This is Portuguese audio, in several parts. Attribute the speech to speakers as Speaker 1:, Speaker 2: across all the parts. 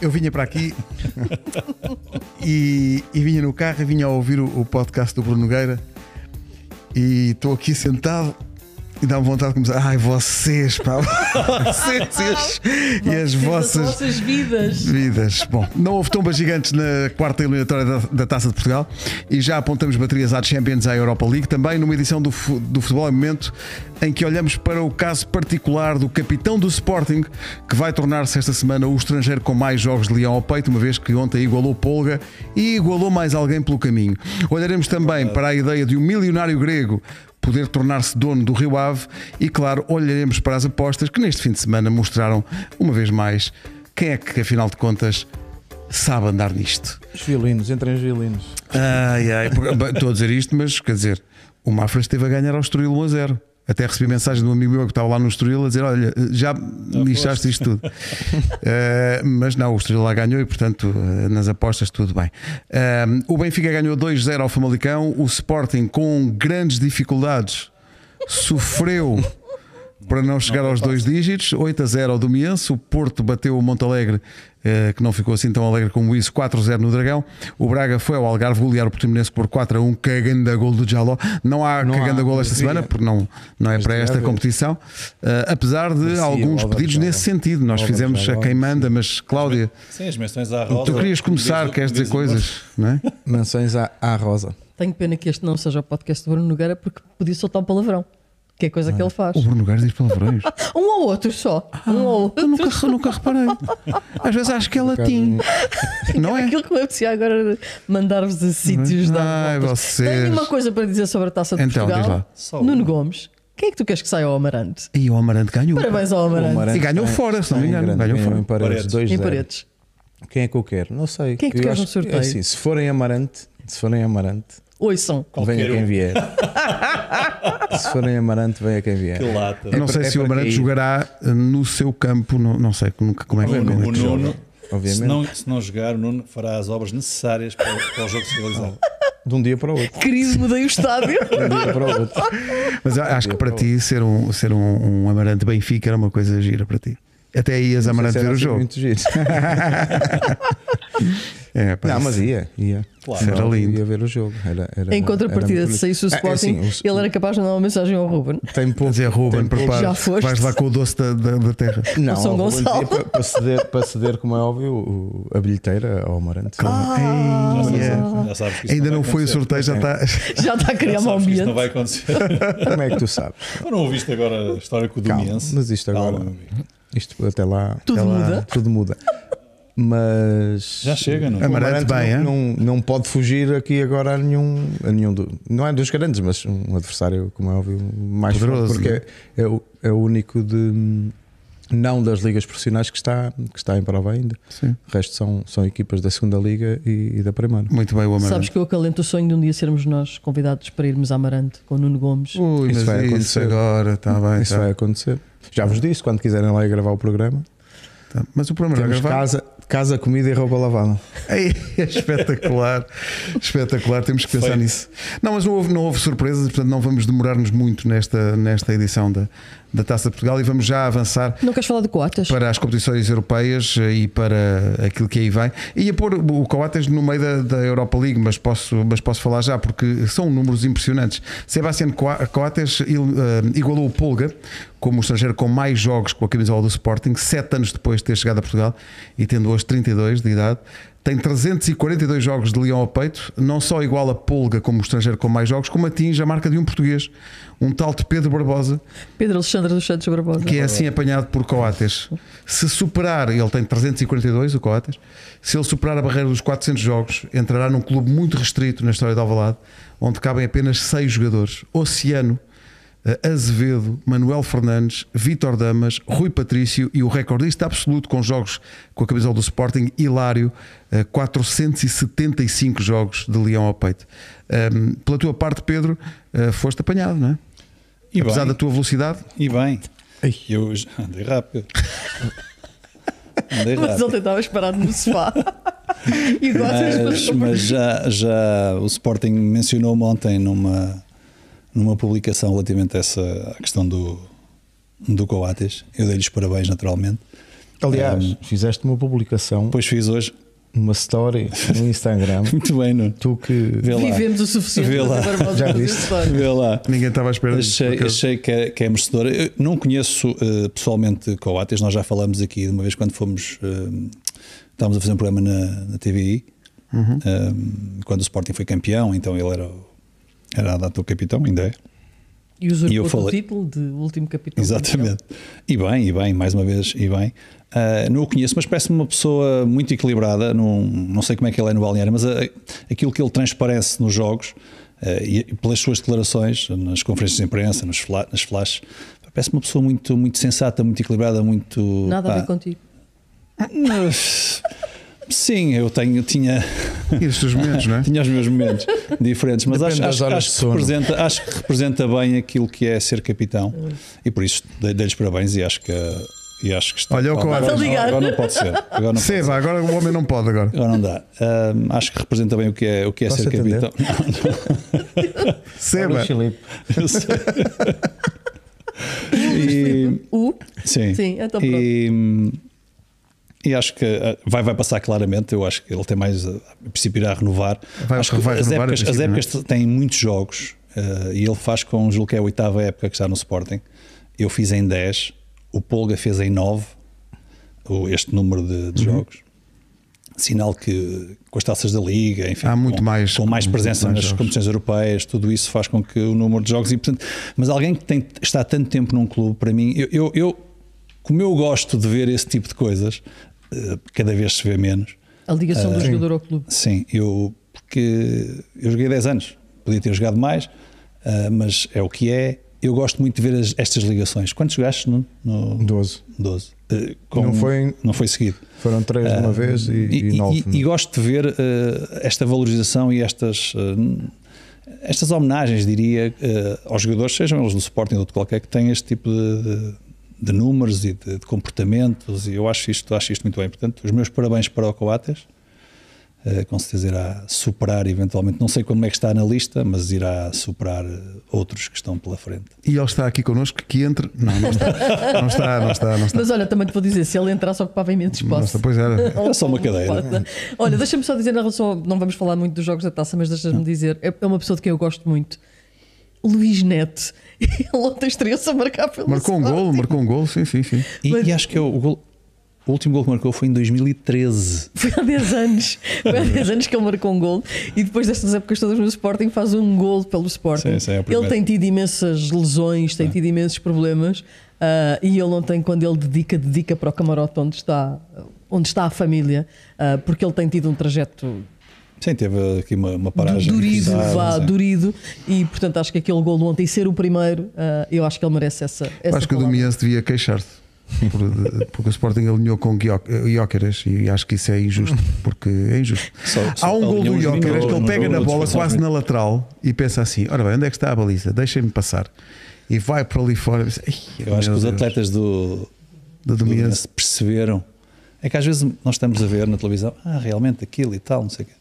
Speaker 1: eu vinha para aqui e, e vinha no carro e vinha a ouvir o, o podcast do Bruno Nogueira e estou aqui sentado e dá-me vontade de começar. Ai, vocês, pá, vocês e as vossas,
Speaker 2: vossas vidas.
Speaker 1: vidas. Bom, não houve tombas gigantes na quarta eliminatória da, da Taça de Portugal e já apontamos baterias à Champions à Europa League, também numa edição do, fu- do Futebol em Momento em que olhamos para o caso particular do capitão do Sporting, que vai tornar-se esta semana o estrangeiro com mais jogos de leão ao peito, uma vez que ontem igualou Polga e igualou mais alguém pelo caminho. Olharemos também para a ideia de um milionário grego poder tornar-se dono do Rio Ave e, claro, olharemos para as apostas que neste fim de semana mostraram, uma vez mais, quem é que, afinal de contas, sabe andar nisto.
Speaker 3: Os violinos, entrem os violinos.
Speaker 1: Ai, ai, porque- bem, estou a dizer isto, mas quer dizer, o Mafra esteve a ganhar ao Estoril 1 a 0. Até recebi mensagem de um amigo meu que estava lá no Estoril a dizer: Olha, já lixaste isto tudo. Eh, mas não, o Estoril lá ganhou e, portanto, eh, nas apostas tudo bem. Eh, o Benfica ganhou 2-0 ao Famalicão. O Sporting, com grandes dificuldades, sofreu para não chegar aos dois dígitos, 8 a 0 ao Domiense, o Porto bateu o Montalegre, eh, que não ficou assim tão alegre como isso, 4 a 0 no Dragão, o Braga foi ao Algarve golear o Portimonense por 4 a 1, cagando a gol do Jaló, não há
Speaker 3: Não há,
Speaker 1: cagando a gol esta
Speaker 3: mas
Speaker 1: semana,
Speaker 3: devia.
Speaker 1: porque não, não é
Speaker 3: Mas
Speaker 1: para
Speaker 3: devia
Speaker 1: esta
Speaker 3: haver.
Speaker 1: competição, Eh, apesar de
Speaker 3: Merecia
Speaker 1: alguns
Speaker 3: o Álvaro
Speaker 1: pedidos
Speaker 3: Jaló.
Speaker 1: nesse sentido, nós
Speaker 3: Álvaro
Speaker 1: fizemos
Speaker 3: Jaló,
Speaker 1: a quem
Speaker 3: sim.
Speaker 1: manda, mas Cláudia,
Speaker 4: Sim, as menções à roda.
Speaker 1: tu querias começar,
Speaker 4: Diz-
Speaker 1: queres dizer
Speaker 4: diz-
Speaker 1: coisas, não é?
Speaker 3: Mansões à, à Rosa.
Speaker 2: Tenho pena que este não seja o podcast do Bruno Nogueira porque podia soltar um palavrão, que é coisa que ele faz.
Speaker 1: O Bruno Gares diz palavrões.
Speaker 2: Um ou outro só. um ou outro.
Speaker 1: Uhum. Eu nunca, nunca reparei. Às vezes acho que é latim. Não é?
Speaker 2: Aquilo que me apetecia agora era mandar-vos a sítios da.
Speaker 1: Ai, vocês.
Speaker 2: Tenho uma coisa para dizer sobre a taça de
Speaker 1: Então,
Speaker 2: Portugal.
Speaker 1: diz lá.
Speaker 4: Só
Speaker 2: Nuno
Speaker 4: uma.
Speaker 2: Gomes, quem é que tu queres que saia ao Amarante?
Speaker 1: E o Amarante ganhou.
Speaker 2: Parabéns ao Amarante.
Speaker 3: O Amarante é.
Speaker 1: E ganhou
Speaker 3: está em-
Speaker 1: fora, se não me
Speaker 3: está um em
Speaker 1: engano.
Speaker 3: grande,
Speaker 1: Ganhou fora.
Speaker 3: Em paredes,
Speaker 4: Paredes.
Speaker 3: dois
Speaker 2: Em
Speaker 3: zero.
Speaker 2: paredes.
Speaker 3: Quem é que eu quero? Não sei.
Speaker 2: Quem é que tu
Speaker 3: Eu
Speaker 2: queres
Speaker 3: acho
Speaker 2: no sorteio?
Speaker 3: assim, se forem Amarante, se forem Amarante,
Speaker 2: Ouçam.
Speaker 4: Qualquer
Speaker 3: venha quem
Speaker 4: um.
Speaker 3: vier. se forem Amarante, venha quem vier.
Speaker 4: Que lata.
Speaker 1: Eu não
Speaker 3: É
Speaker 1: sei
Speaker 3: para- é
Speaker 1: se o
Speaker 3: para
Speaker 1: Amarante
Speaker 3: cair.
Speaker 1: jogará eh, no seu campo, não, não sei nunca como é que
Speaker 4: O
Speaker 1: como é que
Speaker 4: Nuno,
Speaker 1: joga.
Speaker 3: Obviamente.
Speaker 4: se, não, se não jogar, o Nuno fará as obras necessárias para, o- para o jogo se realizar.
Speaker 3: De um dia para o outro.
Speaker 2: Querido, mudei o estádio.
Speaker 3: De um dia para o outro.
Speaker 1: Mas a- acho que para ti ser um, ser um, um Amarante Benfica era uma coisa gira para ti. Até ias Amarante
Speaker 3: Isso era
Speaker 1: ver o
Speaker 3: assim
Speaker 1: jogo.
Speaker 3: Muito giro.
Speaker 1: É, pá,
Speaker 3: Não,
Speaker 1: isso-
Speaker 3: mas ia, ia.
Speaker 4: Claro.
Speaker 1: Era
Speaker 3: Não,
Speaker 1: lindo.
Speaker 3: Ia ver o jogo. Era, era,
Speaker 2: em
Speaker 3: era
Speaker 2: contrapartida,
Speaker 3: muito
Speaker 2: se saísse o
Speaker 3: bonito. Ah, é
Speaker 2: Sporting,
Speaker 3: assim, o-
Speaker 2: ele era capaz de mandar uma mensagem ao Ruben.
Speaker 3: Tem pouco.
Speaker 1: Quer dizer, Ruben, prepara
Speaker 2: Já foste?
Speaker 1: vais lá com o doce da, da, da terra.
Speaker 3: Não,
Speaker 2: São
Speaker 3: vou dizer
Speaker 2: Gonçalo.
Speaker 3: Para, para ceder, para ceder, como é óbvio, o- a bilheteira ao Amarante.
Speaker 2: Ah,
Speaker 1: Ei,
Speaker 4: Já,
Speaker 1: yeah.
Speaker 4: sabes, já sabes que isso
Speaker 1: Ainda
Speaker 4: vai
Speaker 1: Ah, não foi o
Speaker 4: acontecer.
Speaker 1: sorteio,
Speaker 3: É.
Speaker 1: já está.
Speaker 2: Já está a criar
Speaker 4: Já
Speaker 2: mau
Speaker 4: sabes que isso
Speaker 2: um ambiente.
Speaker 4: não vai acontecer.
Speaker 3: Como é que tu sabes?
Speaker 4: Tu não ouviste agora a história com o
Speaker 3: Calma,
Speaker 4: Domiense?
Speaker 3: mas isto agora-
Speaker 4: Calma, amigo.
Speaker 3: Isto até lá.
Speaker 2: Tudo
Speaker 3: até lá,
Speaker 2: muda.
Speaker 3: Tudo muda. Mas.
Speaker 4: Já chega, não? é?
Speaker 3: o Amarante
Speaker 1: Amarante bem, é?
Speaker 3: não, não, não pode fugir aqui agora a nenhum, a nenhum do- não é dos grandes, mas um adversário, como é óbvio, mais
Speaker 1: Poderoso,
Speaker 3: forte, porque é, é o, é o único de não das ligas profissionais que está, que está em prova ainda.
Speaker 1: Sim.
Speaker 3: O resto são, são equipas da segunda liga e, e da primeira.
Speaker 1: Muito bem, o
Speaker 4: é
Speaker 2: Sabes
Speaker 1: Amarante.
Speaker 2: que eu acalento o sonho de um dia sermos nós convidados para irmos a Amarante com o Nuno Gomes.
Speaker 4: Hum.
Speaker 1: Ui,
Speaker 3: Isso vai
Speaker 1: mas isso
Speaker 3: acontecer.
Speaker 1: agora está bem.
Speaker 3: Isso
Speaker 1: tá-
Speaker 3: vai acontecer. Já vos disse, quando quiserem lá ir gravar o programa,
Speaker 1: tá. Mas o problema é
Speaker 3: temos
Speaker 1: gravar.
Speaker 3: casa, casa, comida e roupa lavada.
Speaker 1: Ei, é espetacular, espetacular. Temos que pensar
Speaker 4: Feito.
Speaker 1: nisso. Não, mas não houve, não houve surpresas, portanto, não vamos demorar-nos muito nesta, nesta edição da, da Taça de Portugal e vamos já avançar
Speaker 2: Não queres falar de coatas?
Speaker 1: para as competições europeias eh, e para aquilo que aí vem. Ia pôr o Coates no meio da, da Europa League, mas posso, mas posso falar já, porque são números impressionantes. Sebastián Coa- Coates il- eh, igualou o Polga como o estrangeiro com mais jogos com a camisola do Sporting, sete anos depois de ter chegado a Portugal e tendo hoje 32 de idade. Tem 342 jogos de Leão ao peito, não só igual a Polga como o estrangeiro com mais jogos, como atinge a marca de um português, um tal de Pedro Barbosa,
Speaker 2: Pedro Alexandre dos Santos Barbosa.
Speaker 1: que é assim apanhado por Coates. Se superar, ele tem 342, o Coates. Se ele superar a barreira dos 400 jogos, entrará num clube muito restrito na história de Alvalade, onde cabem apenas seis jogadores: Oceano, eh, Azevedo, Manuel Fernandes, Vítor Damas, Rui Patrício e o recordista absoluto com jogos com a camisola do Sporting, Hilário, eh, 475 jogos de Leão ao peito. Ahm, pela tua parte, Pedro, eh, foste apanhado, não é?
Speaker 4: E
Speaker 1: Apesar
Speaker 4: bem.
Speaker 1: da tua velocidade,
Speaker 4: E bem.
Speaker 3: Ai.
Speaker 4: Eu já andei rápido. Andei
Speaker 2: Mas
Speaker 4: rápido.
Speaker 2: ontem estavas parado no sofá. e
Speaker 4: Mas,
Speaker 2: gostas
Speaker 4: mas já, já o Sporting mencionou-me ontem numa, numa publicação relativamente a essa à questão do, do Coates. Eu dei-lhes parabéns, naturalmente.
Speaker 3: Aliás,
Speaker 4: Um,
Speaker 3: fizeste uma publicação,
Speaker 4: Depois fiz hoje.
Speaker 3: uma story no Instagram.
Speaker 4: Muito bem, Nuno.
Speaker 3: tu que.
Speaker 4: Vê lá.
Speaker 2: Vivemos o suficiente
Speaker 4: Vê
Speaker 2: para
Speaker 4: lá.
Speaker 2: agora vamos
Speaker 3: Já
Speaker 2: fazer
Speaker 3: viste?
Speaker 2: história.
Speaker 4: Vê lá.
Speaker 1: Ninguém estava à espera disso,
Speaker 4: Achei,
Speaker 1: por acaso.
Speaker 4: achei que, é, que é merecedora. Eu não conheço eh, pessoalmente Coates, nós já falámos aqui de uma vez quando fomos. eh, estávamos a fazer um programa na, na TVI, eh, quando o Sporting foi campeão, então ele era, o- era a data do capitão, ainda é.
Speaker 2: E usurpou
Speaker 4: E eu
Speaker 2: o
Speaker 4: falei-
Speaker 2: título de último capítulo.
Speaker 4: Exatamente. E bem, e bem, mais uma vez, e bem. Ah, não o conheço, mas parece-me uma pessoa muito equilibrada. Não, não sei como é que ele é no balneário, mas ah, aquilo que ele transparece nos jogos ah, e pelas suas declarações, nas conferências de imprensa, nos fla- nas flashes, parece-me uma pessoa muito, muito sensata, muito equilibrada, muito.
Speaker 2: Nada a ver
Speaker 4: pá,
Speaker 2: contigo.
Speaker 4: Sim, eu tenho, tinha,
Speaker 1: E estes momentos, não é?
Speaker 4: tinha os meus momentos diferentes, mas
Speaker 3: Depende
Speaker 4: acho,
Speaker 3: das
Speaker 4: acho-
Speaker 3: horas
Speaker 4: acho
Speaker 3: de
Speaker 4: que
Speaker 3: sono.
Speaker 4: representa, acho que representa bem aquilo que é ser capitão e por isso dei- dei-lhes parabéns e acho que, e acho que está.
Speaker 1: Olha, o
Speaker 4: agora,
Speaker 1: Coates.
Speaker 4: agora não,
Speaker 2: Obrigada.
Speaker 4: agora não pode ser. Agora não, pode ser.
Speaker 1: Seba, agora o homem não pode agora.
Speaker 4: Agora não dá. Ahm, acho que representa bem o que é, o que é
Speaker 3: Posso
Speaker 4: ser
Speaker 3: atender?
Speaker 4: capitão.
Speaker 1: Seba,
Speaker 3: Filipe.
Speaker 4: Eu sei. E-
Speaker 2: O
Speaker 4: Sim.
Speaker 2: Sim, então pronto.
Speaker 4: e, e acho que ah, vai, vai passar claramente. Eu acho que ele tem mais. ah, A princípio, irá renovar.
Speaker 1: Vai-
Speaker 4: acho que
Speaker 1: vai
Speaker 4: as
Speaker 1: renovar, a
Speaker 4: épocas, as
Speaker 1: princípio, é?
Speaker 4: épocas têm muitos jogos ah, e ele faz com, julgo que é a oitava época que está no Sporting. Eu fiz em 10, o Polga fez em 9, o- este número de,
Speaker 1: Uhum.
Speaker 4: de jogos. Sinal que com as taças da Liga, enfim,
Speaker 1: Há muito
Speaker 4: com,
Speaker 1: mais-
Speaker 4: com mais
Speaker 1: muito
Speaker 4: presença
Speaker 1: mais
Speaker 4: nas
Speaker 1: jogos.
Speaker 4: competições europeias, tudo isso faz com que o número de jogos e portanto, mas alguém que tem- está há tanto tempo num clube, para mim, eu, eu, eu- como eu gosto de ver esse tipo de coisas, eh, cada vez se vê menos.
Speaker 2: a ligação do jogador ao clube.
Speaker 4: Ah, Sim, eu porque eu joguei 10 anos, podia ter jogado mais, ah, mas é o que é. Eu gosto muito de ver as- estas ligações. Quantos jogaste no, no
Speaker 3: 12.
Speaker 4: 12? Eh, com-
Speaker 3: Não foi-
Speaker 4: não foi seguido.
Speaker 3: Foram três de uma vez e, e, nove.
Speaker 4: Ah, e gosto de ver eh, esta valorização e estas, eh, estas homenagens, diria, eh, aos jogadores, sejam eles do Sporting ou de qualquer, que têm este tipo de, de- de números e de, de comportamentos. E eu acho isto, acho isto muito bem. Portanto, os meus parabéns para o Coates. Eh, com certeza irá superar eventualmente, não sei como é que está na lista, mas irá superar eh, outros que estão pela frente.
Speaker 1: e ele está aqui connosco, que entre. Não, não está. Não está, não está, não está.
Speaker 2: Mas olha, também te vou dizer, se ele entrasse ocupava imenso
Speaker 1: Não
Speaker 2: espaço.
Speaker 1: está. Pois era.
Speaker 4: Era É só uma cadeira.
Speaker 2: Passa. Olha, deixa-me só dizer na relação. ao- Não vamos falar muito dos jogos da taça, mas deixa-me dizer. É é uma pessoa de quem eu gosto muito. Luís Neto. Ele ontem estreou-se a marcar pelo
Speaker 1: Marcou um
Speaker 2: Sporting.
Speaker 1: gol, marcou um gol, sim, sim, sim.
Speaker 4: E,
Speaker 2: Mas-
Speaker 4: e acho que é o, gol- o último gol que marcou foi em 2013.
Speaker 2: Foi há 10 anos. Foi há 10 anos que ele marcou um gol. E depois destas épocas todas no Sporting, faz um gol pelo Sporting.
Speaker 4: Sim, sim, é o primeiro.
Speaker 2: ele tem tido imensas lesões, tem tido imensos problemas. ah, e ele ontem, quando ele dedica, dedica para o camarote onde está, onde está a família, ah, porque ele tem tido um trajeto
Speaker 4: Sim, teve aqui uma, uma paragem. é.
Speaker 2: durido,
Speaker 4: bizarra,
Speaker 2: vá,
Speaker 4: sim.
Speaker 2: durido. E portanto, acho que aquele gol ontem ser o primeiro, ah, eu acho que ele merece essa. essa
Speaker 1: acho que o
Speaker 2: palavra.
Speaker 1: Domiense devia queixar-se. por- porque o Sporting alinhou com Jóqueras e acho que isso é injusto, porque é injusto.
Speaker 4: Só- só
Speaker 1: Há um gol
Speaker 4: alinhou
Speaker 1: do
Speaker 4: os
Speaker 1: Jóqueras que ele
Speaker 4: jogadores,
Speaker 1: pega na
Speaker 4: jogadores,
Speaker 1: bola
Speaker 4: foi só
Speaker 1: quase
Speaker 4: um-
Speaker 1: na lateral e pensa assim: ora bem, onde é que está a baliza? Deixem-me passar. E vai para ali fora.
Speaker 4: Eu acho que os atletas do,
Speaker 1: da
Speaker 4: do
Speaker 1: Domiense
Speaker 4: Belenenses perceberam. É que às vezes nós estamos a ver na televisão, ah, realmente aquilo e tal, não sei o quê.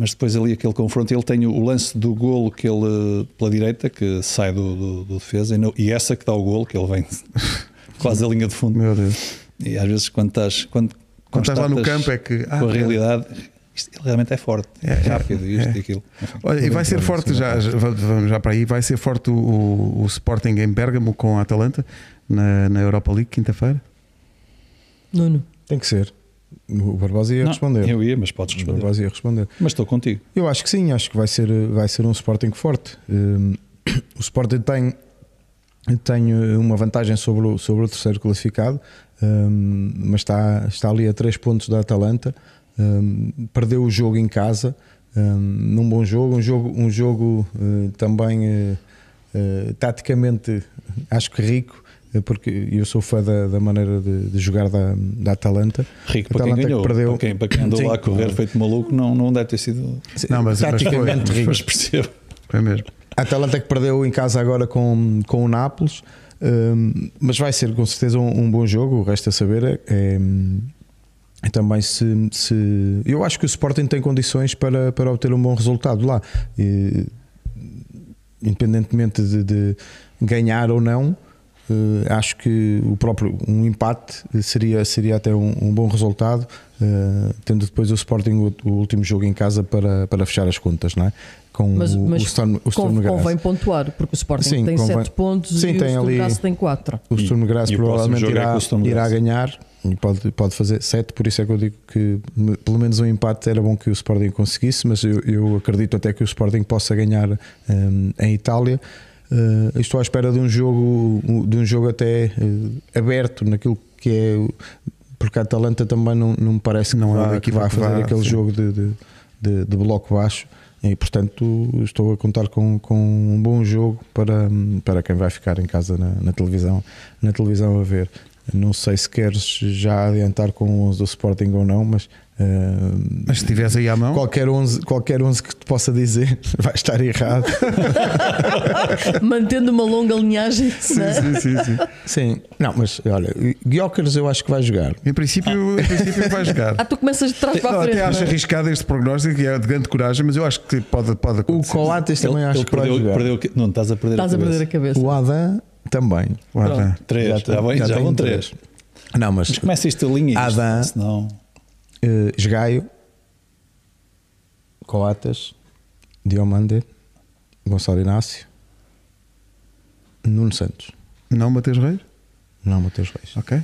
Speaker 4: Mas depois ali aquele confronto, ele tem o- o lance do golo que ele, pela direita, que sai do, do- do defesa, e, não- e essa que dá o golo, que ele vem quase a linha de fundo.
Speaker 1: Meu Deus.
Speaker 4: E às vezes quando estás, quando,
Speaker 1: Quando estás lá no
Speaker 4: constatas
Speaker 1: campo é que, ah,
Speaker 4: com a
Speaker 1: é.
Speaker 4: realidade, isto, ele realmente é forte, é,
Speaker 1: É, é,
Speaker 4: rápido, isto
Speaker 1: é.
Speaker 4: e aquilo.
Speaker 1: Olha, e vai ser
Speaker 4: Sim,
Speaker 1: forte
Speaker 4: sim,
Speaker 1: já,
Speaker 4: sim.
Speaker 1: já- va- vamos já para aí, vai ser forte o, o- o Sporting em Bérgamo com a Atalanta na, na Europa League quinta-feira.
Speaker 2: Nuno.
Speaker 3: Tem que ser. O Barbosa ia
Speaker 4: Não,
Speaker 3: responder.
Speaker 4: Eu ia, mas podes
Speaker 3: O
Speaker 4: responder.
Speaker 3: Barbosa ia responder.
Speaker 4: Mas estou contigo.
Speaker 3: Eu acho que sim, acho que vai ser, vai ser um Sporting forte. Hum, O Sporting tem, tem eh, uma vantagem sobre o, sobre o terceiro classificado, hum, mas está, está ali a 3 pontos da Atalanta. Hum, Perdeu o jogo em casa, hum, num bom jogo, um jogo, um jogo eh, também eh, eh, taticamente acho que rico. eh, Porque eu sou fã da, da maneira de, de jogar da, da Atalanta.
Speaker 4: Rico
Speaker 3: A
Speaker 4: para
Speaker 3: Atalanta
Speaker 4: quem
Speaker 3: Então que
Speaker 4: ganhou.
Speaker 3: perdeu.
Speaker 4: Para, quem, para quem andou
Speaker 3: Sim.
Speaker 4: lá a correr feito maluco, não, não deve ter sido.
Speaker 1: Não, mas- mas foi,
Speaker 3: taticamente
Speaker 1: mas
Speaker 3: rico.
Speaker 4: Mas percebo.
Speaker 1: É mesmo.
Speaker 3: A Atalanta que perdeu em casa agora com, com o Nápoles, hum, mas vai ser com certeza um, um bom jogo. O resto a saber é, é, é também se, se. Eu acho que o Sporting tem condições para, para obter um bom resultado lá, E, independentemente de, de ganhar ou não. eh, acho que o próprio um empate seria seria até um, um bom resultado eh, tendo depois o Sporting o, o último jogo em casa para, para fechar as contas não é? com
Speaker 2: Mas,
Speaker 3: o,
Speaker 2: mas
Speaker 3: o Storm, o Storm
Speaker 2: conv-
Speaker 3: Grass.
Speaker 2: convém pontuar, porque o Sporting
Speaker 3: Sim,
Speaker 2: tem
Speaker 3: convém.
Speaker 2: 7 pontos
Speaker 3: Sim,
Speaker 2: e
Speaker 3: tem
Speaker 2: o
Speaker 3: ali-
Speaker 2: Sturmgrass tem 4.
Speaker 3: O Sturm Graz
Speaker 4: E o próximo
Speaker 3: provavelmente
Speaker 4: jogo é
Speaker 3: irá,
Speaker 4: com o Sturm Graz.
Speaker 3: irá ganhar e pode, pode fazer 7, por isso é que eu digo que me- pelo menos um empate era bom que o Sporting conseguisse, mas eu, eu acredito até que o Sporting possa ganhar hum, em Itália. Eh, estou à espera de um jogo, de um jogo até eh, aberto naquilo que é. o- Porque a Atalanta também não, não me parece que
Speaker 1: Não é uma
Speaker 3: vá, que
Speaker 1: equipa
Speaker 3: vá
Speaker 1: que
Speaker 3: fazer
Speaker 1: vá,
Speaker 3: aquele
Speaker 1: sim.
Speaker 3: jogo de, de, de- de bloco baixo. E portanto estou a contar com, com um bom jogo para, para quem vai ficar em casa na, na televisão na televisão a ver. Não sei se queres já adiantar com o 11 do Sporting ou não, mas, eh,
Speaker 1: Mas se tivesse aí à mão,
Speaker 3: qualquer, 11, qualquer 11 que te possa dizer vai estar errado.
Speaker 2: Mantendo uma longa linhagem. né?
Speaker 1: sim, sim, sim.
Speaker 3: Sim, não, mas olha, Guiócares eu acho que vai jogar.
Speaker 1: Em princípio, em princípio vai jogar.
Speaker 2: Ah, tu começas de trás para
Speaker 1: Não,
Speaker 2: a frente.
Speaker 1: até acho
Speaker 2: não é?
Speaker 1: arriscado este prognóstico e é de grande coragem, mas eu acho que pode, pode
Speaker 3: O
Speaker 1: acontecer.
Speaker 3: Coates também acho que vai
Speaker 4: perdeu,
Speaker 3: jogar.
Speaker 4: perdeu, que- não, estás a perder
Speaker 2: Estás a perder a cabeça.
Speaker 3: O Adam também.
Speaker 1: Claro,
Speaker 4: Pronto,
Speaker 1: tá.
Speaker 4: três, já,
Speaker 3: tem-
Speaker 4: vão- já
Speaker 3: tem
Speaker 4: vão três.
Speaker 3: Não, mas,
Speaker 4: Mas começa isto a linha. isto,
Speaker 3: Adam.
Speaker 4: Senão,
Speaker 3: Eh, Esgaio, Coates, Diomande, Gonçalo Inácio, Nuno Santos,
Speaker 1: Não, Mateus Reis?
Speaker 3: não Mateus Reis.
Speaker 1: Ok.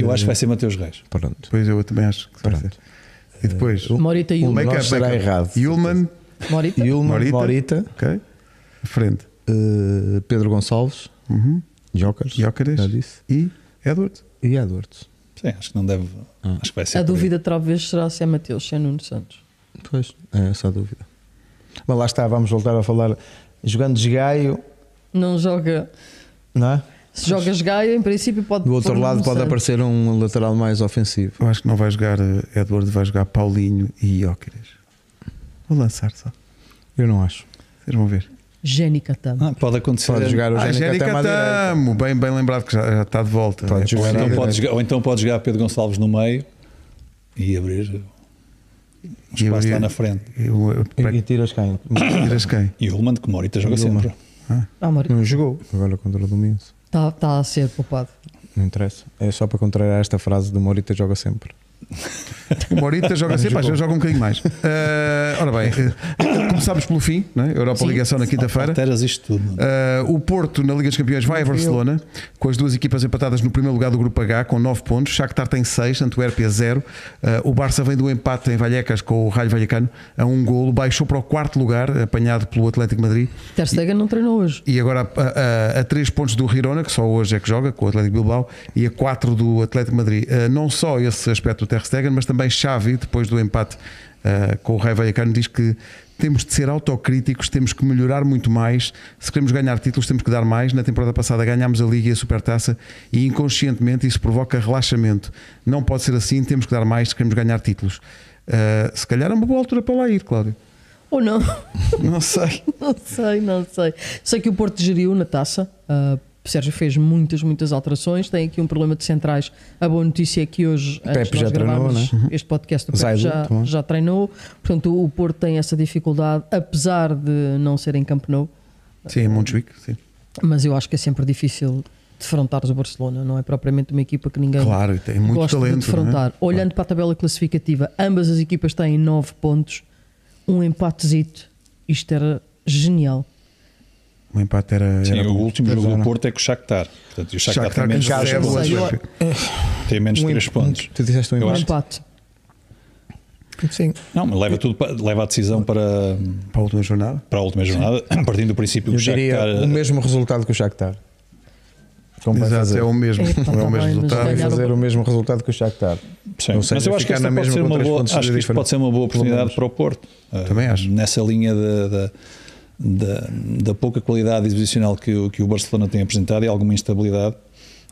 Speaker 4: eu acho que
Speaker 3: Eh,
Speaker 4: vai ser Mateus Reis.
Speaker 3: Pronto.
Speaker 1: Depois eu também acho que vai
Speaker 3: Pronto.
Speaker 1: ser. E depois. é
Speaker 2: Morita e
Speaker 3: O
Speaker 2: Hulman.
Speaker 3: meio-
Speaker 1: Make-up,
Speaker 3: nós será
Speaker 1: make-up.
Speaker 3: errado.
Speaker 1: Yulman,
Speaker 2: Morita?
Speaker 3: Ilma,
Speaker 1: Morita.
Speaker 3: Morita,
Speaker 1: ok. À Frente.
Speaker 3: eh, Pedro Gonçalves,
Speaker 1: Uhum.
Speaker 3: Jokers,
Speaker 1: Jóqueres.
Speaker 3: já disse,
Speaker 1: E Edwards.
Speaker 3: e Edwards.
Speaker 4: Sim, acho que não deve.
Speaker 3: Ah.
Speaker 4: Acho que vai ser.
Speaker 2: A
Speaker 4: por aí.
Speaker 2: dúvida talvez será se é Mateus, se é Nuno Santos.
Speaker 3: Pois, é essa a dúvida. Mas lá está, vamos voltar a falar. Jogando de Gaio,
Speaker 2: Não joga.
Speaker 3: não é?
Speaker 2: Se jogas Gaia, em princípio pode
Speaker 3: Do outro
Speaker 2: pôr
Speaker 3: lado
Speaker 2: Nuno
Speaker 3: pode
Speaker 2: Santos.
Speaker 3: aparecer um lateral mais ofensivo.
Speaker 1: Eu acho que não vai jogar eh, Edwards, vai jogar Paulinho e Jóqueres. Vou lançar só.
Speaker 3: Eu não acho.
Speaker 1: Vocês vão ver.
Speaker 2: Jenny Catamba.
Speaker 4: Ah, pode acontecer.
Speaker 3: Pode jogar o
Speaker 1: Ah,
Speaker 3: Jânio
Speaker 1: Jénica
Speaker 3: Catama à direita.
Speaker 1: Tamo, bem, bem lembrado que já, já está de volta. né?
Speaker 3: Pode jogar
Speaker 4: Ou
Speaker 1: possível.
Speaker 3: à
Speaker 4: então,
Speaker 3: Era-
Speaker 4: pode jogar, ou então pode jogar Pedro Gonçalves no meio e abrir um
Speaker 1: E
Speaker 4: espaço
Speaker 1: abrir-
Speaker 4: lá na frente.
Speaker 1: Eu, eu, para
Speaker 3: E tiras quem?
Speaker 1: tiras quem?
Speaker 4: E o Ruman, que Morita joga
Speaker 3: E o Ruman.
Speaker 4: sempre.
Speaker 2: Ah, Morita.
Speaker 3: Não jogou. Agora contra o Domingos.
Speaker 2: Está tá a ser poupado.
Speaker 3: Não interessa. É só para contrariar esta frase do Morita joga sempre.
Speaker 1: O Morita joga sempre, às vezes joga um bocadinho mais. Ah, ora bem, eh, começámos pelo fim, não é? Europa
Speaker 2: Sim.
Speaker 1: Ligação na quinta-feira.
Speaker 4: Alteras isto tudo. é?
Speaker 1: Ah, o Porto na Liga dos Campeões vai a Barcelona, com as duas equipas empatadas no primeiro lugar do grupo H, com 9 pontos. Shakhtar tem 6, Antuérpia 0. Ah, o Barça vem do empate em Vallecas com o Raio Vallecano a um golo, baixou para o quarto lugar, apanhado pelo Atlético Madrid.
Speaker 2: Ter Stegen não treinou hoje.
Speaker 1: E agora a, a, a três pontos do Girona, que só hoje é que joga, com o Atlético Bilbao, e a quatro do Atlético Madrid. Eh, não só esse aspecto do Ter Stegen, mas também Xavi, depois do empate eh, com o Raio Vallecano, diz que temos de ser autocríticos, temos que melhorar muito mais. Se queremos ganhar títulos, temos que dar mais. Na temporada passada ganhámos a Liga e a Supertaça e inconscientemente isso provoca relaxamento. Não pode ser assim, temos que dar mais se queremos ganhar títulos. Eh, se calhar é uma boa altura para lá ir, Cláudio.
Speaker 2: Ou não?
Speaker 1: Não sei.
Speaker 2: Não sei, não sei. Sei que o Porto geriu na taça. ah, Sérgio fez muitas, muitas alterações. Tem aqui um problema de centrais. A boa notícia é que hoje antes
Speaker 3: Pepe
Speaker 2: de nós
Speaker 3: já treinou,
Speaker 2: gravarmos
Speaker 3: né?
Speaker 2: este podcast do Pepe
Speaker 3: Zaidu tá
Speaker 2: já,
Speaker 3: também.
Speaker 2: já treinou. Portanto, o Porto tem essa dificuldade, apesar de não ser em Camp Nou.
Speaker 1: Sim, em Montjuic, sim.
Speaker 2: Mas eu acho que é sempre difícil defrontares o Barcelona. Não é propriamente uma equipa que ninguém
Speaker 1: Claro, e tem muito
Speaker 2: gosta
Speaker 1: talento. é?
Speaker 2: de defrontar. Olhando para a tabela classificativa, ambas as equipas têm 9 pontos, um empatezito. Isto era genial.
Speaker 1: O empate era.
Speaker 4: Sim,
Speaker 1: era
Speaker 4: o
Speaker 1: bom.
Speaker 4: último jogo do Porto é com o Shakhtar. Portanto, e o Shakhtar,
Speaker 1: Shakhtar
Speaker 4: tem menos,
Speaker 1: que
Speaker 4: três
Speaker 1: recebe o
Speaker 4: pontos.
Speaker 2: Atlético.
Speaker 1: Atlético.
Speaker 4: tem menos
Speaker 3: Um
Speaker 4: 3
Speaker 3: em-
Speaker 4: pontos.
Speaker 3: Tu disseste um
Speaker 4: Eu
Speaker 2: Um
Speaker 4: acho
Speaker 3: empate.
Speaker 2: empate.
Speaker 3: Sim.
Speaker 4: Não, mas leva, tudo, para- leva a decisão para,
Speaker 1: Para a última jornada.
Speaker 4: para a última jornada, partindo do princípio
Speaker 3: Eu
Speaker 4: que o Shakhtar...
Speaker 3: diria o mesmo resultado que o Shakhtar. Como vai
Speaker 1: Exato,
Speaker 3: fazer?
Speaker 1: é o mesmo.
Speaker 2: Epá,
Speaker 1: é o
Speaker 2: tá
Speaker 1: mesmo
Speaker 2: bem, mas
Speaker 1: resultado.
Speaker 3: Vai
Speaker 2: ganhar-
Speaker 3: fazer o mesmo resultado que o Shakhtar.
Speaker 4: Sim,
Speaker 3: Ou seja,
Speaker 4: mas eu acho
Speaker 3: ficar
Speaker 4: que, esta
Speaker 3: na
Speaker 4: pode
Speaker 3: mesma
Speaker 4: ser
Speaker 3: com
Speaker 4: uma
Speaker 3: três
Speaker 4: boa,
Speaker 3: pontos
Speaker 4: acho
Speaker 3: de
Speaker 4: que isto pode
Speaker 3: diferença.
Speaker 4: ser uma boa oportunidade
Speaker 3: menos.
Speaker 4: para o Porto. Ah,
Speaker 1: Também acho.
Speaker 4: Nessa linha da, da, da- da pouca qualidade exibicional que, o- que o Barcelona tem apresentado e alguma instabilidade,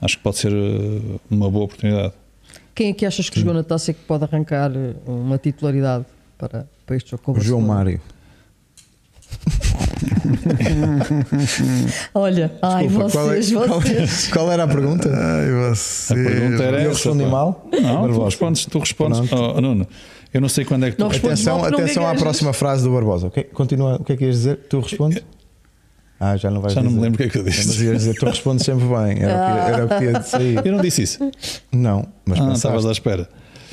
Speaker 4: acho que pode ser eh, uma boa oportunidade.
Speaker 2: Quem é que achas que jogou na taça e que pode arrancar eh, uma titularidade para, para este jogo? com o
Speaker 3: O João
Speaker 2: Barcelona?
Speaker 3: Mário.
Speaker 2: Olha, ai,
Speaker 3: Desculpa, qual é-
Speaker 2: vocês,
Speaker 3: qual é-
Speaker 2: vocês.
Speaker 3: Qual era a pergunta?
Speaker 1: Ai,
Speaker 4: A
Speaker 1: você.
Speaker 4: pergunta era
Speaker 3: Eu
Speaker 4: essa,
Speaker 3: respondi
Speaker 4: pá.
Speaker 3: mal?
Speaker 4: Não, tu
Speaker 3: Nervoso.
Speaker 4: respondes, tu respondes. Oh, Nuno, eu não sei quando é que tu
Speaker 2: Não respondes.
Speaker 3: Atenção,
Speaker 2: mal, porque não
Speaker 3: atenção à
Speaker 2: gaguejas.
Speaker 3: próxima frase do Barbosa. ok? Continua, o que é que ias dizer? Tu respondes? Ah, já não vais
Speaker 4: Já não me
Speaker 3: dizer.
Speaker 4: lembro o que é que eu
Speaker 3: Mas
Speaker 4: disse.
Speaker 3: ias dizer, tu respondes sempre bem. Era o que, era o que ia de sair.
Speaker 4: Eu não disse isso.
Speaker 3: Não, mas
Speaker 4: Ah, não
Speaker 3: pensaste.
Speaker 4: estavas à espera.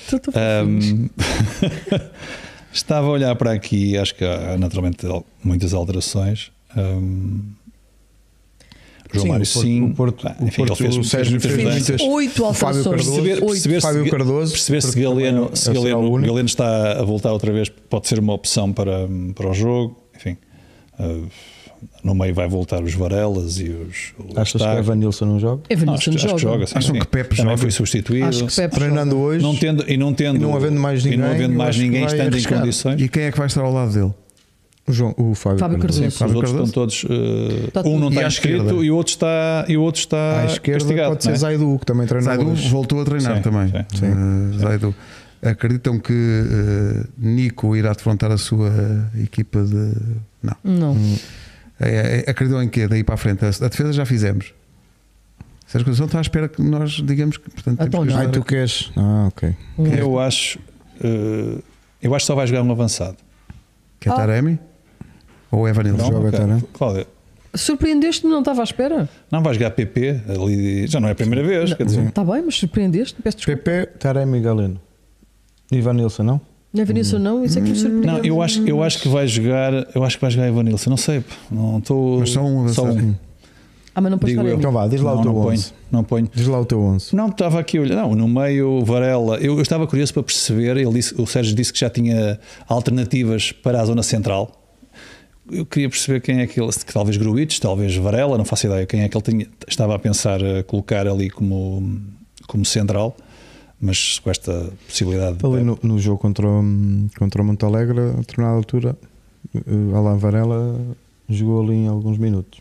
Speaker 2: Tu, tu fofinhos.
Speaker 4: Ahm, estava a olhar para aqui, acho que há naturalmente al- muitas alterações. Ahm, João
Speaker 3: Sim,
Speaker 4: Mário,
Speaker 3: o Porto-
Speaker 4: sim.
Speaker 3: o Porto-
Speaker 4: Pá,
Speaker 3: o
Speaker 4: enfim, ele
Speaker 3: Porto-
Speaker 4: fez,
Speaker 3: o
Speaker 4: fez
Speaker 3: Sérgio
Speaker 4: muitas
Speaker 3: fez
Speaker 4: mudanças.
Speaker 3: muitas-
Speaker 2: Oito
Speaker 3: O Fábio
Speaker 2: alterações.
Speaker 3: Cardoso.
Speaker 4: perceber,
Speaker 2: Oito.
Speaker 4: perceber
Speaker 3: Fábio
Speaker 4: se,
Speaker 3: Cardoso,
Speaker 4: perceber se
Speaker 3: porque
Speaker 4: Galeno,
Speaker 3: também
Speaker 4: se
Speaker 3: ele será
Speaker 4: Galeno,
Speaker 3: o único.
Speaker 4: Galeno está a voltar outra vez, pode ser uma opção para, para o jogo. Enfim, ah, no meio vai voltar os Varelas e os. o
Speaker 3: Achas que o
Speaker 4: Stark.
Speaker 3: Evanilson não joga?
Speaker 2: É
Speaker 4: Acho,
Speaker 2: Evanilson
Speaker 4: acho que joga. sim,
Speaker 1: Acham
Speaker 4: sim.
Speaker 1: que Pepe
Speaker 4: Também
Speaker 1: joga?
Speaker 4: foi substituído.
Speaker 2: Acho que Pepe
Speaker 3: Treinando hoje.
Speaker 4: não tendo, e não tendo
Speaker 3: E não havendo mais
Speaker 4: e não
Speaker 3: ninguém,
Speaker 4: havendo
Speaker 3: eu
Speaker 4: mais
Speaker 3: acho que
Speaker 4: ninguém
Speaker 3: vai
Speaker 4: estando em
Speaker 3: arriscar.
Speaker 4: condições
Speaker 1: E quem é que vai estar ao lado dele?
Speaker 3: O, João, o Fábio,
Speaker 2: Fábio Cardoso.
Speaker 4: os
Speaker 1: Fábio
Speaker 4: outros
Speaker 1: Cardoso?
Speaker 4: estão todos eh,
Speaker 2: Está
Speaker 4: um
Speaker 2: tudo.
Speaker 4: não
Speaker 1: E à
Speaker 4: está
Speaker 1: esquerda?
Speaker 4: inscrito e o outro está e o outro está
Speaker 3: À esquerda
Speaker 4: Ah, castigado,
Speaker 3: pode ser
Speaker 4: não é?
Speaker 3: Zaidu, que também treinou
Speaker 1: Zaidu
Speaker 3: hoje.
Speaker 1: voltou a treinar
Speaker 4: Sim,
Speaker 1: também.
Speaker 4: sim.
Speaker 1: Eh, Zaidu. Acreditam que eh, Nico irá defrontar a sua eh, equipa de. Não.
Speaker 2: Não.
Speaker 1: É, é, acreditam em quê? Daí para a frente. A, a defesa já fizemos. Sérgio Conceição está à espera que nós digamos que. Portanto, temos
Speaker 2: Então
Speaker 1: que
Speaker 2: não.
Speaker 3: Ah,
Speaker 1: ajudar.
Speaker 3: tu queres? Ah, ok.
Speaker 4: Eu acho eh, eu acho que só vai jogar um avançado.
Speaker 1: Que é Taremi? Ou Evanilson?
Speaker 3: joga
Speaker 4: Ok.
Speaker 3: até, não é?
Speaker 4: Cláudio,
Speaker 2: Surpreendeste-me, não estava à espera.
Speaker 4: não vai jogar PP ali já não é a primeira vez, quer dizer.
Speaker 2: Está Tá bem, mas surpreendeste-me. Peço desculpa.
Speaker 3: Pepe, Taremi e Galeno. Ivanilson, não?
Speaker 2: Não é Evanilson, não? Isso é que me surpreendeu.
Speaker 4: Não, eu acho, eu acho que vai jogar, eu acho que vai jogar Ivanilson, não sei, pá, não estou
Speaker 1: Mas só um avançado.
Speaker 2: Ah, mas não pode
Speaker 4: digo
Speaker 2: estar
Speaker 4: eu.
Speaker 2: aí.
Speaker 3: Então vá, diz lá
Speaker 4: não,
Speaker 3: o teu
Speaker 4: não ponho,
Speaker 3: 11.
Speaker 4: não ponho.
Speaker 3: Diz lá o teu 11.
Speaker 4: Não, estava aqui a olhar. Não, no meio, Varela. Eu, eu estava curioso para perceber. Ele disse, o Sérgio disse que já tinha alternativas para a zona central. Eu queria perceber quem é que ele. Que talvez Gruites, talvez Varela, não faço ideia quem é que ele tinha, estava a pensar eh, colocar ali como, como central. Mas com esta possibilidade. de-
Speaker 3: Ali no, no jogo contra o, contra o Montalegre, a determinada altura, eh, Alain Varela jogou ali em alguns minutos.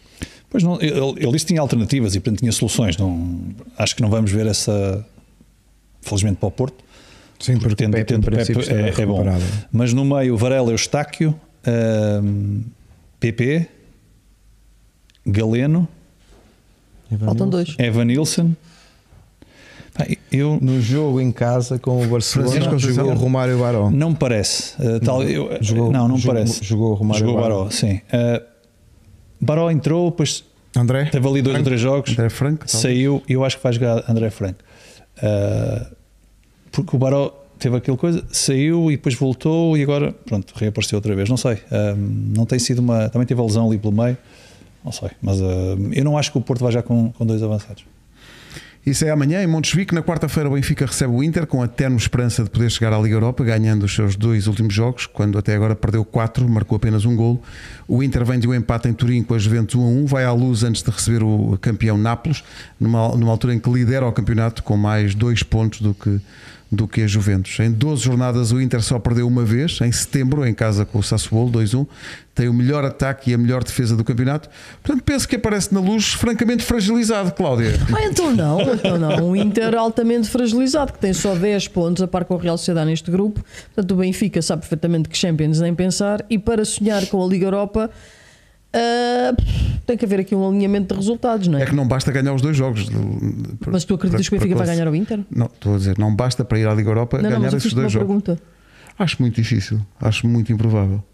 Speaker 4: Pois não, ele, ele disse que tinha alternativas e, portanto, tinha soluções. Não, acho que não vamos ver essa. Felizmente para o Porto.
Speaker 3: Sim,
Speaker 4: porque
Speaker 3: porque
Speaker 4: tendo-
Speaker 3: Pepe, em
Speaker 4: tendo
Speaker 3: princípio,
Speaker 4: Pepe
Speaker 3: estará
Speaker 4: é- é bom.
Speaker 3: recuperado.
Speaker 4: Mas no meio, Varela Eustáquio, hum, PP, Galeno,
Speaker 2: Faltam É
Speaker 3: Ivanilson.
Speaker 2: dois.
Speaker 4: Evanilson. Pá, Eu
Speaker 3: No jogo em casa com o
Speaker 1: Francisco
Speaker 3: Barcelona,
Speaker 1: Conceição.
Speaker 3: jogou o Romário Baró.
Speaker 4: não me parece. Uh, tal- eu- não, não me
Speaker 3: jogou,
Speaker 4: parece.
Speaker 3: Jogou o Romário
Speaker 4: Jogou
Speaker 3: Baró.
Speaker 4: Baró, sim. Uh, Baró entrou, depois
Speaker 3: André?
Speaker 4: teve ali dois ou três jogos,
Speaker 1: André Franco? talvez?
Speaker 4: Então, saiu e eu acho que vai jogar André Franco. Uh, porque o Baró teve aquela coisa, saiu e depois voltou e agora, pronto, reapareceu outra vez. Não sei, hum, não tem sido uma. Também teve a lesão ali pelo meio, não sei, mas hum, eu não acho que o Porto vai já com, com dois avançados.
Speaker 1: Isso é amanhã em Montesvique. Na quarta-feira, o Benfica recebe o Inter com a terno esperança de poder chegar à Liga Europa, ganhando os seus dois últimos jogos, quando até agora perdeu quatro, marcou apenas um golo. O Inter vem de um empate em Turim com a Juventus 1 a 1, vai à luz antes de receber o campeão Nápoles, numa, numa altura em que lidera o campeonato com mais dois pontos do que, do que a Juventus. Em 12 jornadas, o Inter só perdeu uma vez, em setembro, em casa com o Sassuolo 2-1. Tem o melhor ataque e a melhor defesa do campeonato. Portanto, penso que aparece na luz francamente fragilizado, Cláudia.
Speaker 2: Ah, então não, então não. Um Inter altamente fragilizado, que tem só 10 pontos a par com o Real Sociedade neste grupo. Portanto, o Benfica sabe perfeitamente que Champions nem pensar. E para sonhar com a Liga Europa, ah, tem que haver aqui um alinhamento de resultados, não é?
Speaker 1: É que não basta ganhar os dois jogos.
Speaker 2: Mas tu acreditas que o Benfica vai ganhar o Inter?
Speaker 1: Não, estou a dizer, não basta para ir à Liga Europa
Speaker 2: Não, não,
Speaker 1: ganhar
Speaker 2: mas eu
Speaker 1: esses
Speaker 2: fiz-te uma
Speaker 1: dois jogos.
Speaker 2: pergunta.
Speaker 1: Acho muito difícil, acho muito improvável.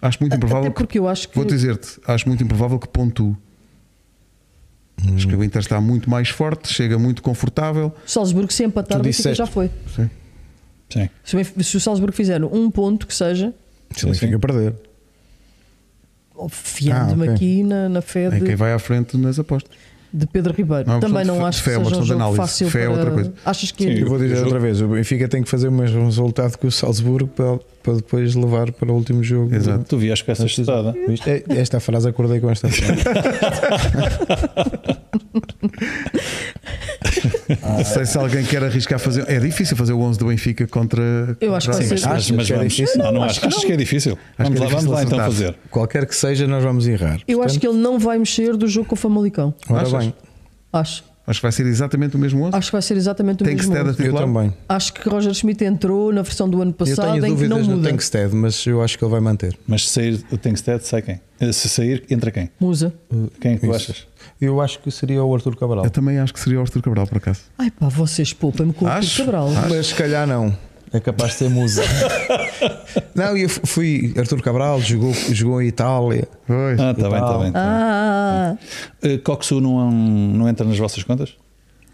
Speaker 1: Acho muito É improvável
Speaker 2: Até porque eu acho que.
Speaker 1: Vou dizer-te, acho muito improvável que pontue. Acho que o Inter está muito mais forte, chega muito confortável.
Speaker 2: Salzburgo se empatar,
Speaker 3: Tu
Speaker 2: o Benfica
Speaker 3: disseste.
Speaker 2: já foi.
Speaker 4: Sim.
Speaker 2: Se o Benfica- se o Salzburgo fizer um ponto que seja,
Speaker 3: Se ele
Speaker 4: Sim, sim.
Speaker 3: fica a perder.
Speaker 2: oh, fiando-me
Speaker 3: Ah, ok.
Speaker 2: aqui na, na fé
Speaker 1: É
Speaker 2: de,
Speaker 1: quem vai à frente nas apostas.
Speaker 2: de Pedro Ribeiro.
Speaker 1: Não é uma
Speaker 2: Também
Speaker 1: questão de
Speaker 2: não
Speaker 1: fé-
Speaker 2: acho
Speaker 1: fé, é
Speaker 2: que
Speaker 1: uma
Speaker 2: seja um
Speaker 1: questão de
Speaker 2: jogo
Speaker 1: análise.
Speaker 2: fácil
Speaker 1: Fé é
Speaker 2: para...
Speaker 1: outra coisa.
Speaker 2: Achas que
Speaker 4: Sim.
Speaker 3: Eu vou dizer
Speaker 4: Jogo-
Speaker 3: outra vez: o Benfica tem que fazer o mesmo resultado que o Salzburgo para, para depois levar para o último jogo.
Speaker 1: Exato.
Speaker 4: Tu vieste com essa estudada.
Speaker 3: Isto é- Esta frase acordei com esta frase.
Speaker 1: Não sei se alguém quer arriscar fazer. É difícil fazer o 11 do Benfica contra.
Speaker 2: Eu acho que
Speaker 1: contra-
Speaker 2: vai
Speaker 4: Mas,
Speaker 2: ser-
Speaker 4: mas,
Speaker 3: Achas
Speaker 4: mas
Speaker 3: que é
Speaker 4: vamos.
Speaker 3: difícil?
Speaker 4: Não, não acho. Achas que é difícil?
Speaker 1: Acho que
Speaker 4: vamos
Speaker 1: é
Speaker 4: lá, vamos
Speaker 1: difícil
Speaker 4: lá então
Speaker 1: acertar.
Speaker 4: fazer.
Speaker 3: Qualquer que seja, nós vamos errar.
Speaker 2: Eu acho que ele não vai mexer do jogo com o Famalicão.
Speaker 3: Ora
Speaker 1: Achas?
Speaker 3: bem,
Speaker 2: Acho.
Speaker 1: Acho que vai ser exatamente o mesmo 11.
Speaker 2: Acho que vai ser exatamente o
Speaker 1: Tem que
Speaker 2: mesmo.
Speaker 1: se ter a
Speaker 2: onze.
Speaker 3: eu
Speaker 1: titular.
Speaker 3: também.
Speaker 2: Acho que Roger Schmidt entrou na versão do ano
Speaker 3: eu
Speaker 2: passado
Speaker 3: tenho
Speaker 2: em que não
Speaker 3: dúvidas no
Speaker 2: muda.
Speaker 3: Tankstead, mas eu acho que ele vai manter.
Speaker 4: Mas se sair o Tenkstead, sai quem? Eh, Se sair, entra quem?
Speaker 2: Musa.
Speaker 4: Quem é que tu
Speaker 3: Isso.
Speaker 4: achas?
Speaker 3: Eu acho que seria o Arthur Cabral.
Speaker 1: Eu também acho que seria o Arthur Cabral, por acaso.
Speaker 2: Ai pá, vocês poupem-me com o
Speaker 1: Acho.
Speaker 2: Arthur Cabral.
Speaker 1: Acho.
Speaker 3: Mas se calhar não.
Speaker 5: É capaz de ser musa.
Speaker 3: Não, eu fu- fui. Arthur Cabral jogou, jogou em Itália.
Speaker 1: Pois.
Speaker 4: Ah, está bem, está
Speaker 5: Total.
Speaker 4: bem. Tá
Speaker 2: Ah,
Speaker 4: bem. Eh, Coxu não, é um- não entra nas vossas contas?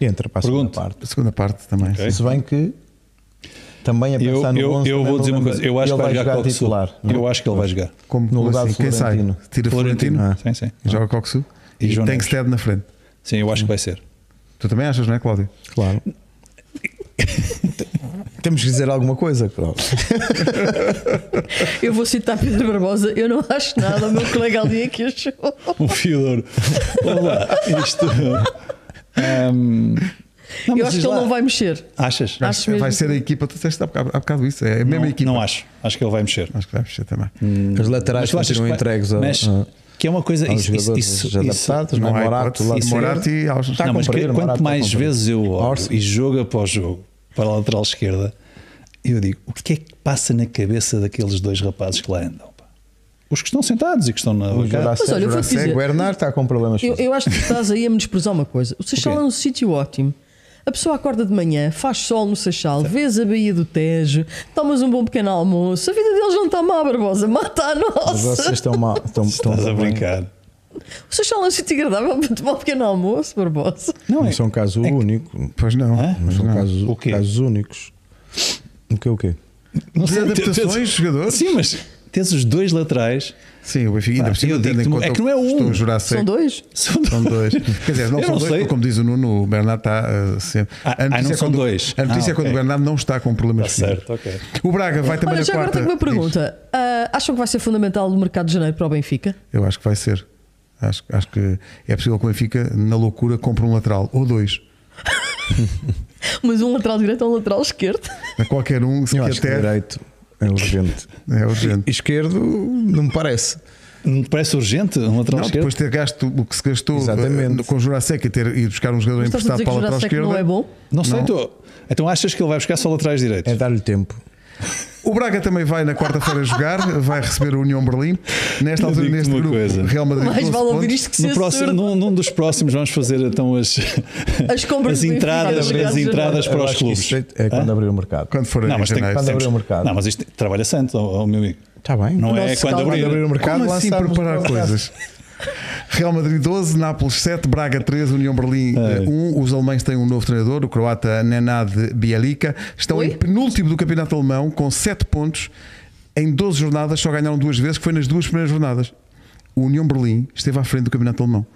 Speaker 3: E entra para a segunda
Speaker 4: Pergunto.
Speaker 3: parte.
Speaker 1: A segunda parte também.
Speaker 4: Ok.
Speaker 5: Se bem que
Speaker 3: é
Speaker 5: também a
Speaker 4: Eu,
Speaker 5: pensar
Speaker 4: eu,
Speaker 5: no onze,
Speaker 4: eu
Speaker 5: também não
Speaker 4: vou dizer uma
Speaker 5: lembro.
Speaker 4: coisa. Eu acho
Speaker 5: Ele
Speaker 4: que vai jogar, Coxu.
Speaker 5: titular. não é?
Speaker 4: Eu acho que ele vai jogar.
Speaker 1: Como,
Speaker 5: No
Speaker 1: como
Speaker 5: lugar
Speaker 1: assim?
Speaker 5: do
Speaker 1: Quem sai?
Speaker 5: Florentino.
Speaker 1: Tira Florentino,
Speaker 4: Sim, sim.
Speaker 1: joga Coxu
Speaker 4: E
Speaker 1: e,
Speaker 4: João
Speaker 1: tem que
Speaker 4: Neves.
Speaker 1: Steb na frente.
Speaker 4: Sim, eu acho que vai ser.
Speaker 1: Tu também achas, não é, Cláudio?
Speaker 3: Claro. Temos que dizer alguma coisa, Claro.
Speaker 2: eu vou citar Pedro Barbosa. Eu não acho nada. O meu colega ali é que achou.
Speaker 4: Um fiador. Olá, isto. Ahm, não,
Speaker 2: Eu
Speaker 4: mas
Speaker 2: acho
Speaker 4: diz
Speaker 2: que ele
Speaker 4: lá.
Speaker 2: não vai mexer.
Speaker 4: Achas?
Speaker 2: Acho mesmo
Speaker 1: vai ser
Speaker 2: que-
Speaker 1: a equipa, tu disseste há bocado, há bocado isso, é a mesma
Speaker 4: não,
Speaker 1: equipa.
Speaker 4: não acho. Hum, Acho que ele vai mexer.
Speaker 1: Acho que vai mexer também.
Speaker 3: As laterais
Speaker 4: tu achas
Speaker 3: continuam
Speaker 4: que vai-
Speaker 3: entregues ao, Ah.
Speaker 4: mas
Speaker 3: a-
Speaker 4: que é uma coisa.
Speaker 3: aos
Speaker 4: Isso, isso,
Speaker 3: jogadores
Speaker 4: isso, isso-
Speaker 3: adaptados, não
Speaker 1: há
Speaker 3: é? Morato,
Speaker 1: hipótese.
Speaker 3: lá de
Speaker 1: Morata e Alves.
Speaker 3: Está
Speaker 4: não, Tá, mas
Speaker 3: cumprido,
Speaker 4: que-
Speaker 3: Morato
Speaker 1: tá
Speaker 4: quanto
Speaker 3: está
Speaker 4: mais
Speaker 3: cumprido.
Speaker 4: vezes eu olho
Speaker 3: Orson.
Speaker 4: e jogo após jogo para a lateral esquerda, eu digo: o que é que passa na cabeça daqueles dois rapazes que lá andam? pá? Os que estão sentados e que estão na.
Speaker 3: O Jurá
Speaker 2: Mas olha, eu vou
Speaker 3: Jurá
Speaker 2: te dizer-
Speaker 3: Cego, o Bernard está com problemas.
Speaker 2: Eu, eu acho que estás aí a me desprezar uma coisa. O Seixal
Speaker 4: O quê?
Speaker 2: é um sítio ótimo. A pessoa acorda de manhã, faz sol no Seixal, vês a Baía do Tejo, tomas um bom pequeno almoço. A vida deles não está má, Barbosa. Mata a
Speaker 3: Mas vocês
Speaker 2: nossa.
Speaker 3: estão mal. Estão, estão
Speaker 4: Estás a
Speaker 3: bem.
Speaker 4: brincar.
Speaker 2: O Seixal é um sítio agradável para tomar um pequeno almoço, Barbosa.
Speaker 3: Não são caso
Speaker 4: é que-
Speaker 3: único.
Speaker 1: Pois não.
Speaker 4: Hã?
Speaker 1: Pois
Speaker 3: São
Speaker 1: não.
Speaker 3: casos,
Speaker 4: O quê?
Speaker 3: casos únicos. O que o quê?
Speaker 4: Não sei,
Speaker 1: adaptações,
Speaker 4: tens-
Speaker 1: jogadores?
Speaker 4: Sim, mas tens os dois laterais.
Speaker 1: Sim, o Benfica ainda
Speaker 4: Pá,
Speaker 1: precisa
Speaker 4: eu
Speaker 1: tendo em
Speaker 4: digo-te,
Speaker 1: conta
Speaker 4: é que não é um.
Speaker 1: Estou a jurar seco.
Speaker 2: São dois?
Speaker 4: São
Speaker 1: São dois. Quer dizer, não
Speaker 4: Eu
Speaker 1: são
Speaker 4: não
Speaker 1: dois,
Speaker 4: sei.
Speaker 1: porque, como diz o Nuno, o Bernardo está ah, sempre.
Speaker 4: Ah, ah, não
Speaker 1: é
Speaker 4: são
Speaker 1: quando,
Speaker 4: dois.
Speaker 1: A notícia
Speaker 4: Ah,
Speaker 1: é quando
Speaker 4: ok.
Speaker 1: o Bernardo não está com problemas
Speaker 4: Está certo, ok.
Speaker 1: O Braga vai também
Speaker 2: Olha,
Speaker 1: na
Speaker 2: já agora
Speaker 1: quarta.
Speaker 2: tenho uma pergunta. Ah, acham que vai ser fundamental o mercado de janeiro para o Benfica?
Speaker 1: Diz, eu acho que vai ser. Acho, acho que é possível que o Benfica, na loucura, compre um lateral ou dois.
Speaker 2: Mas um lateral direito ou um lateral esquerdo?
Speaker 1: A qualquer um, se
Speaker 3: Eu acho que
Speaker 1: até
Speaker 3: direito é urgente.
Speaker 1: é urgente.
Speaker 3: Esquerdo não me parece.
Speaker 4: Não te parece urgente um lateral
Speaker 1: Não,
Speaker 4: esquerdo?
Speaker 1: depois de ter gasto o que se gastou
Speaker 3: Exatamente.
Speaker 1: eh, com o Jurassic e ter ido buscar um jogador
Speaker 2: Mas estás a
Speaker 1: emprestado
Speaker 2: dizer que
Speaker 1: para
Speaker 2: o
Speaker 1: a lateral esquerda.
Speaker 2: Jurassic não é bom?
Speaker 4: Não sei, tu. Então achas que ele vai buscar só laterais direitos?
Speaker 3: É dar-lhe tempo.
Speaker 1: O Braga também vai na quarta-feira jogar, vai receber a União Berlim. Nesta
Speaker 4: Eu
Speaker 1: altura,
Speaker 4: digo-te
Speaker 1: neste
Speaker 4: uma
Speaker 1: grupo,
Speaker 4: coisa.
Speaker 1: Real Madrid.
Speaker 2: Mais
Speaker 1: 12
Speaker 2: vale ouvir
Speaker 1: pontos.
Speaker 2: isto que
Speaker 4: No
Speaker 2: ser
Speaker 4: próximo,
Speaker 2: surdo.
Speaker 4: num, num dos próximos vamos fazer então as,
Speaker 2: As compras do Benfica,
Speaker 4: entradas,
Speaker 2: obrigado,
Speaker 4: as
Speaker 2: Geraldo.
Speaker 4: entradas para
Speaker 3: Eu
Speaker 4: os
Speaker 3: acho que
Speaker 4: clubes.
Speaker 3: isso É é quando abrir o mercado.
Speaker 1: Quando for
Speaker 4: Não,
Speaker 1: em
Speaker 4: mas tem que
Speaker 1: janeiro.
Speaker 3: Quando abrir o
Speaker 4: temos-
Speaker 3: mercado.
Speaker 4: Não, mas isto trabalha santo, ó, ó, meu amigo.
Speaker 3: Está Tá bem.
Speaker 4: Não
Speaker 2: Tá. O
Speaker 4: é
Speaker 2: nosso
Speaker 4: quando
Speaker 2: saldo-
Speaker 4: abrir.
Speaker 3: Quando abrir o mercado,
Speaker 1: Como assim
Speaker 3: lançarmos
Speaker 1: preparar
Speaker 3: o mercado.
Speaker 1: coisas? Real Madrid 12, Nápoles 7, Braga 3, União Berlim
Speaker 2: É.
Speaker 1: eh, 1. Os alemães têm um novo treinador, o croata Nenad Bielica. Estão
Speaker 2: Oi?
Speaker 1: em penúltimo do campeonato alemão, com 7 pontos. Em 12 jornadas, só ganharam duas vezes, que foi nas duas primeiras jornadas. O União Berlim esteve à frente do campeonato alemão.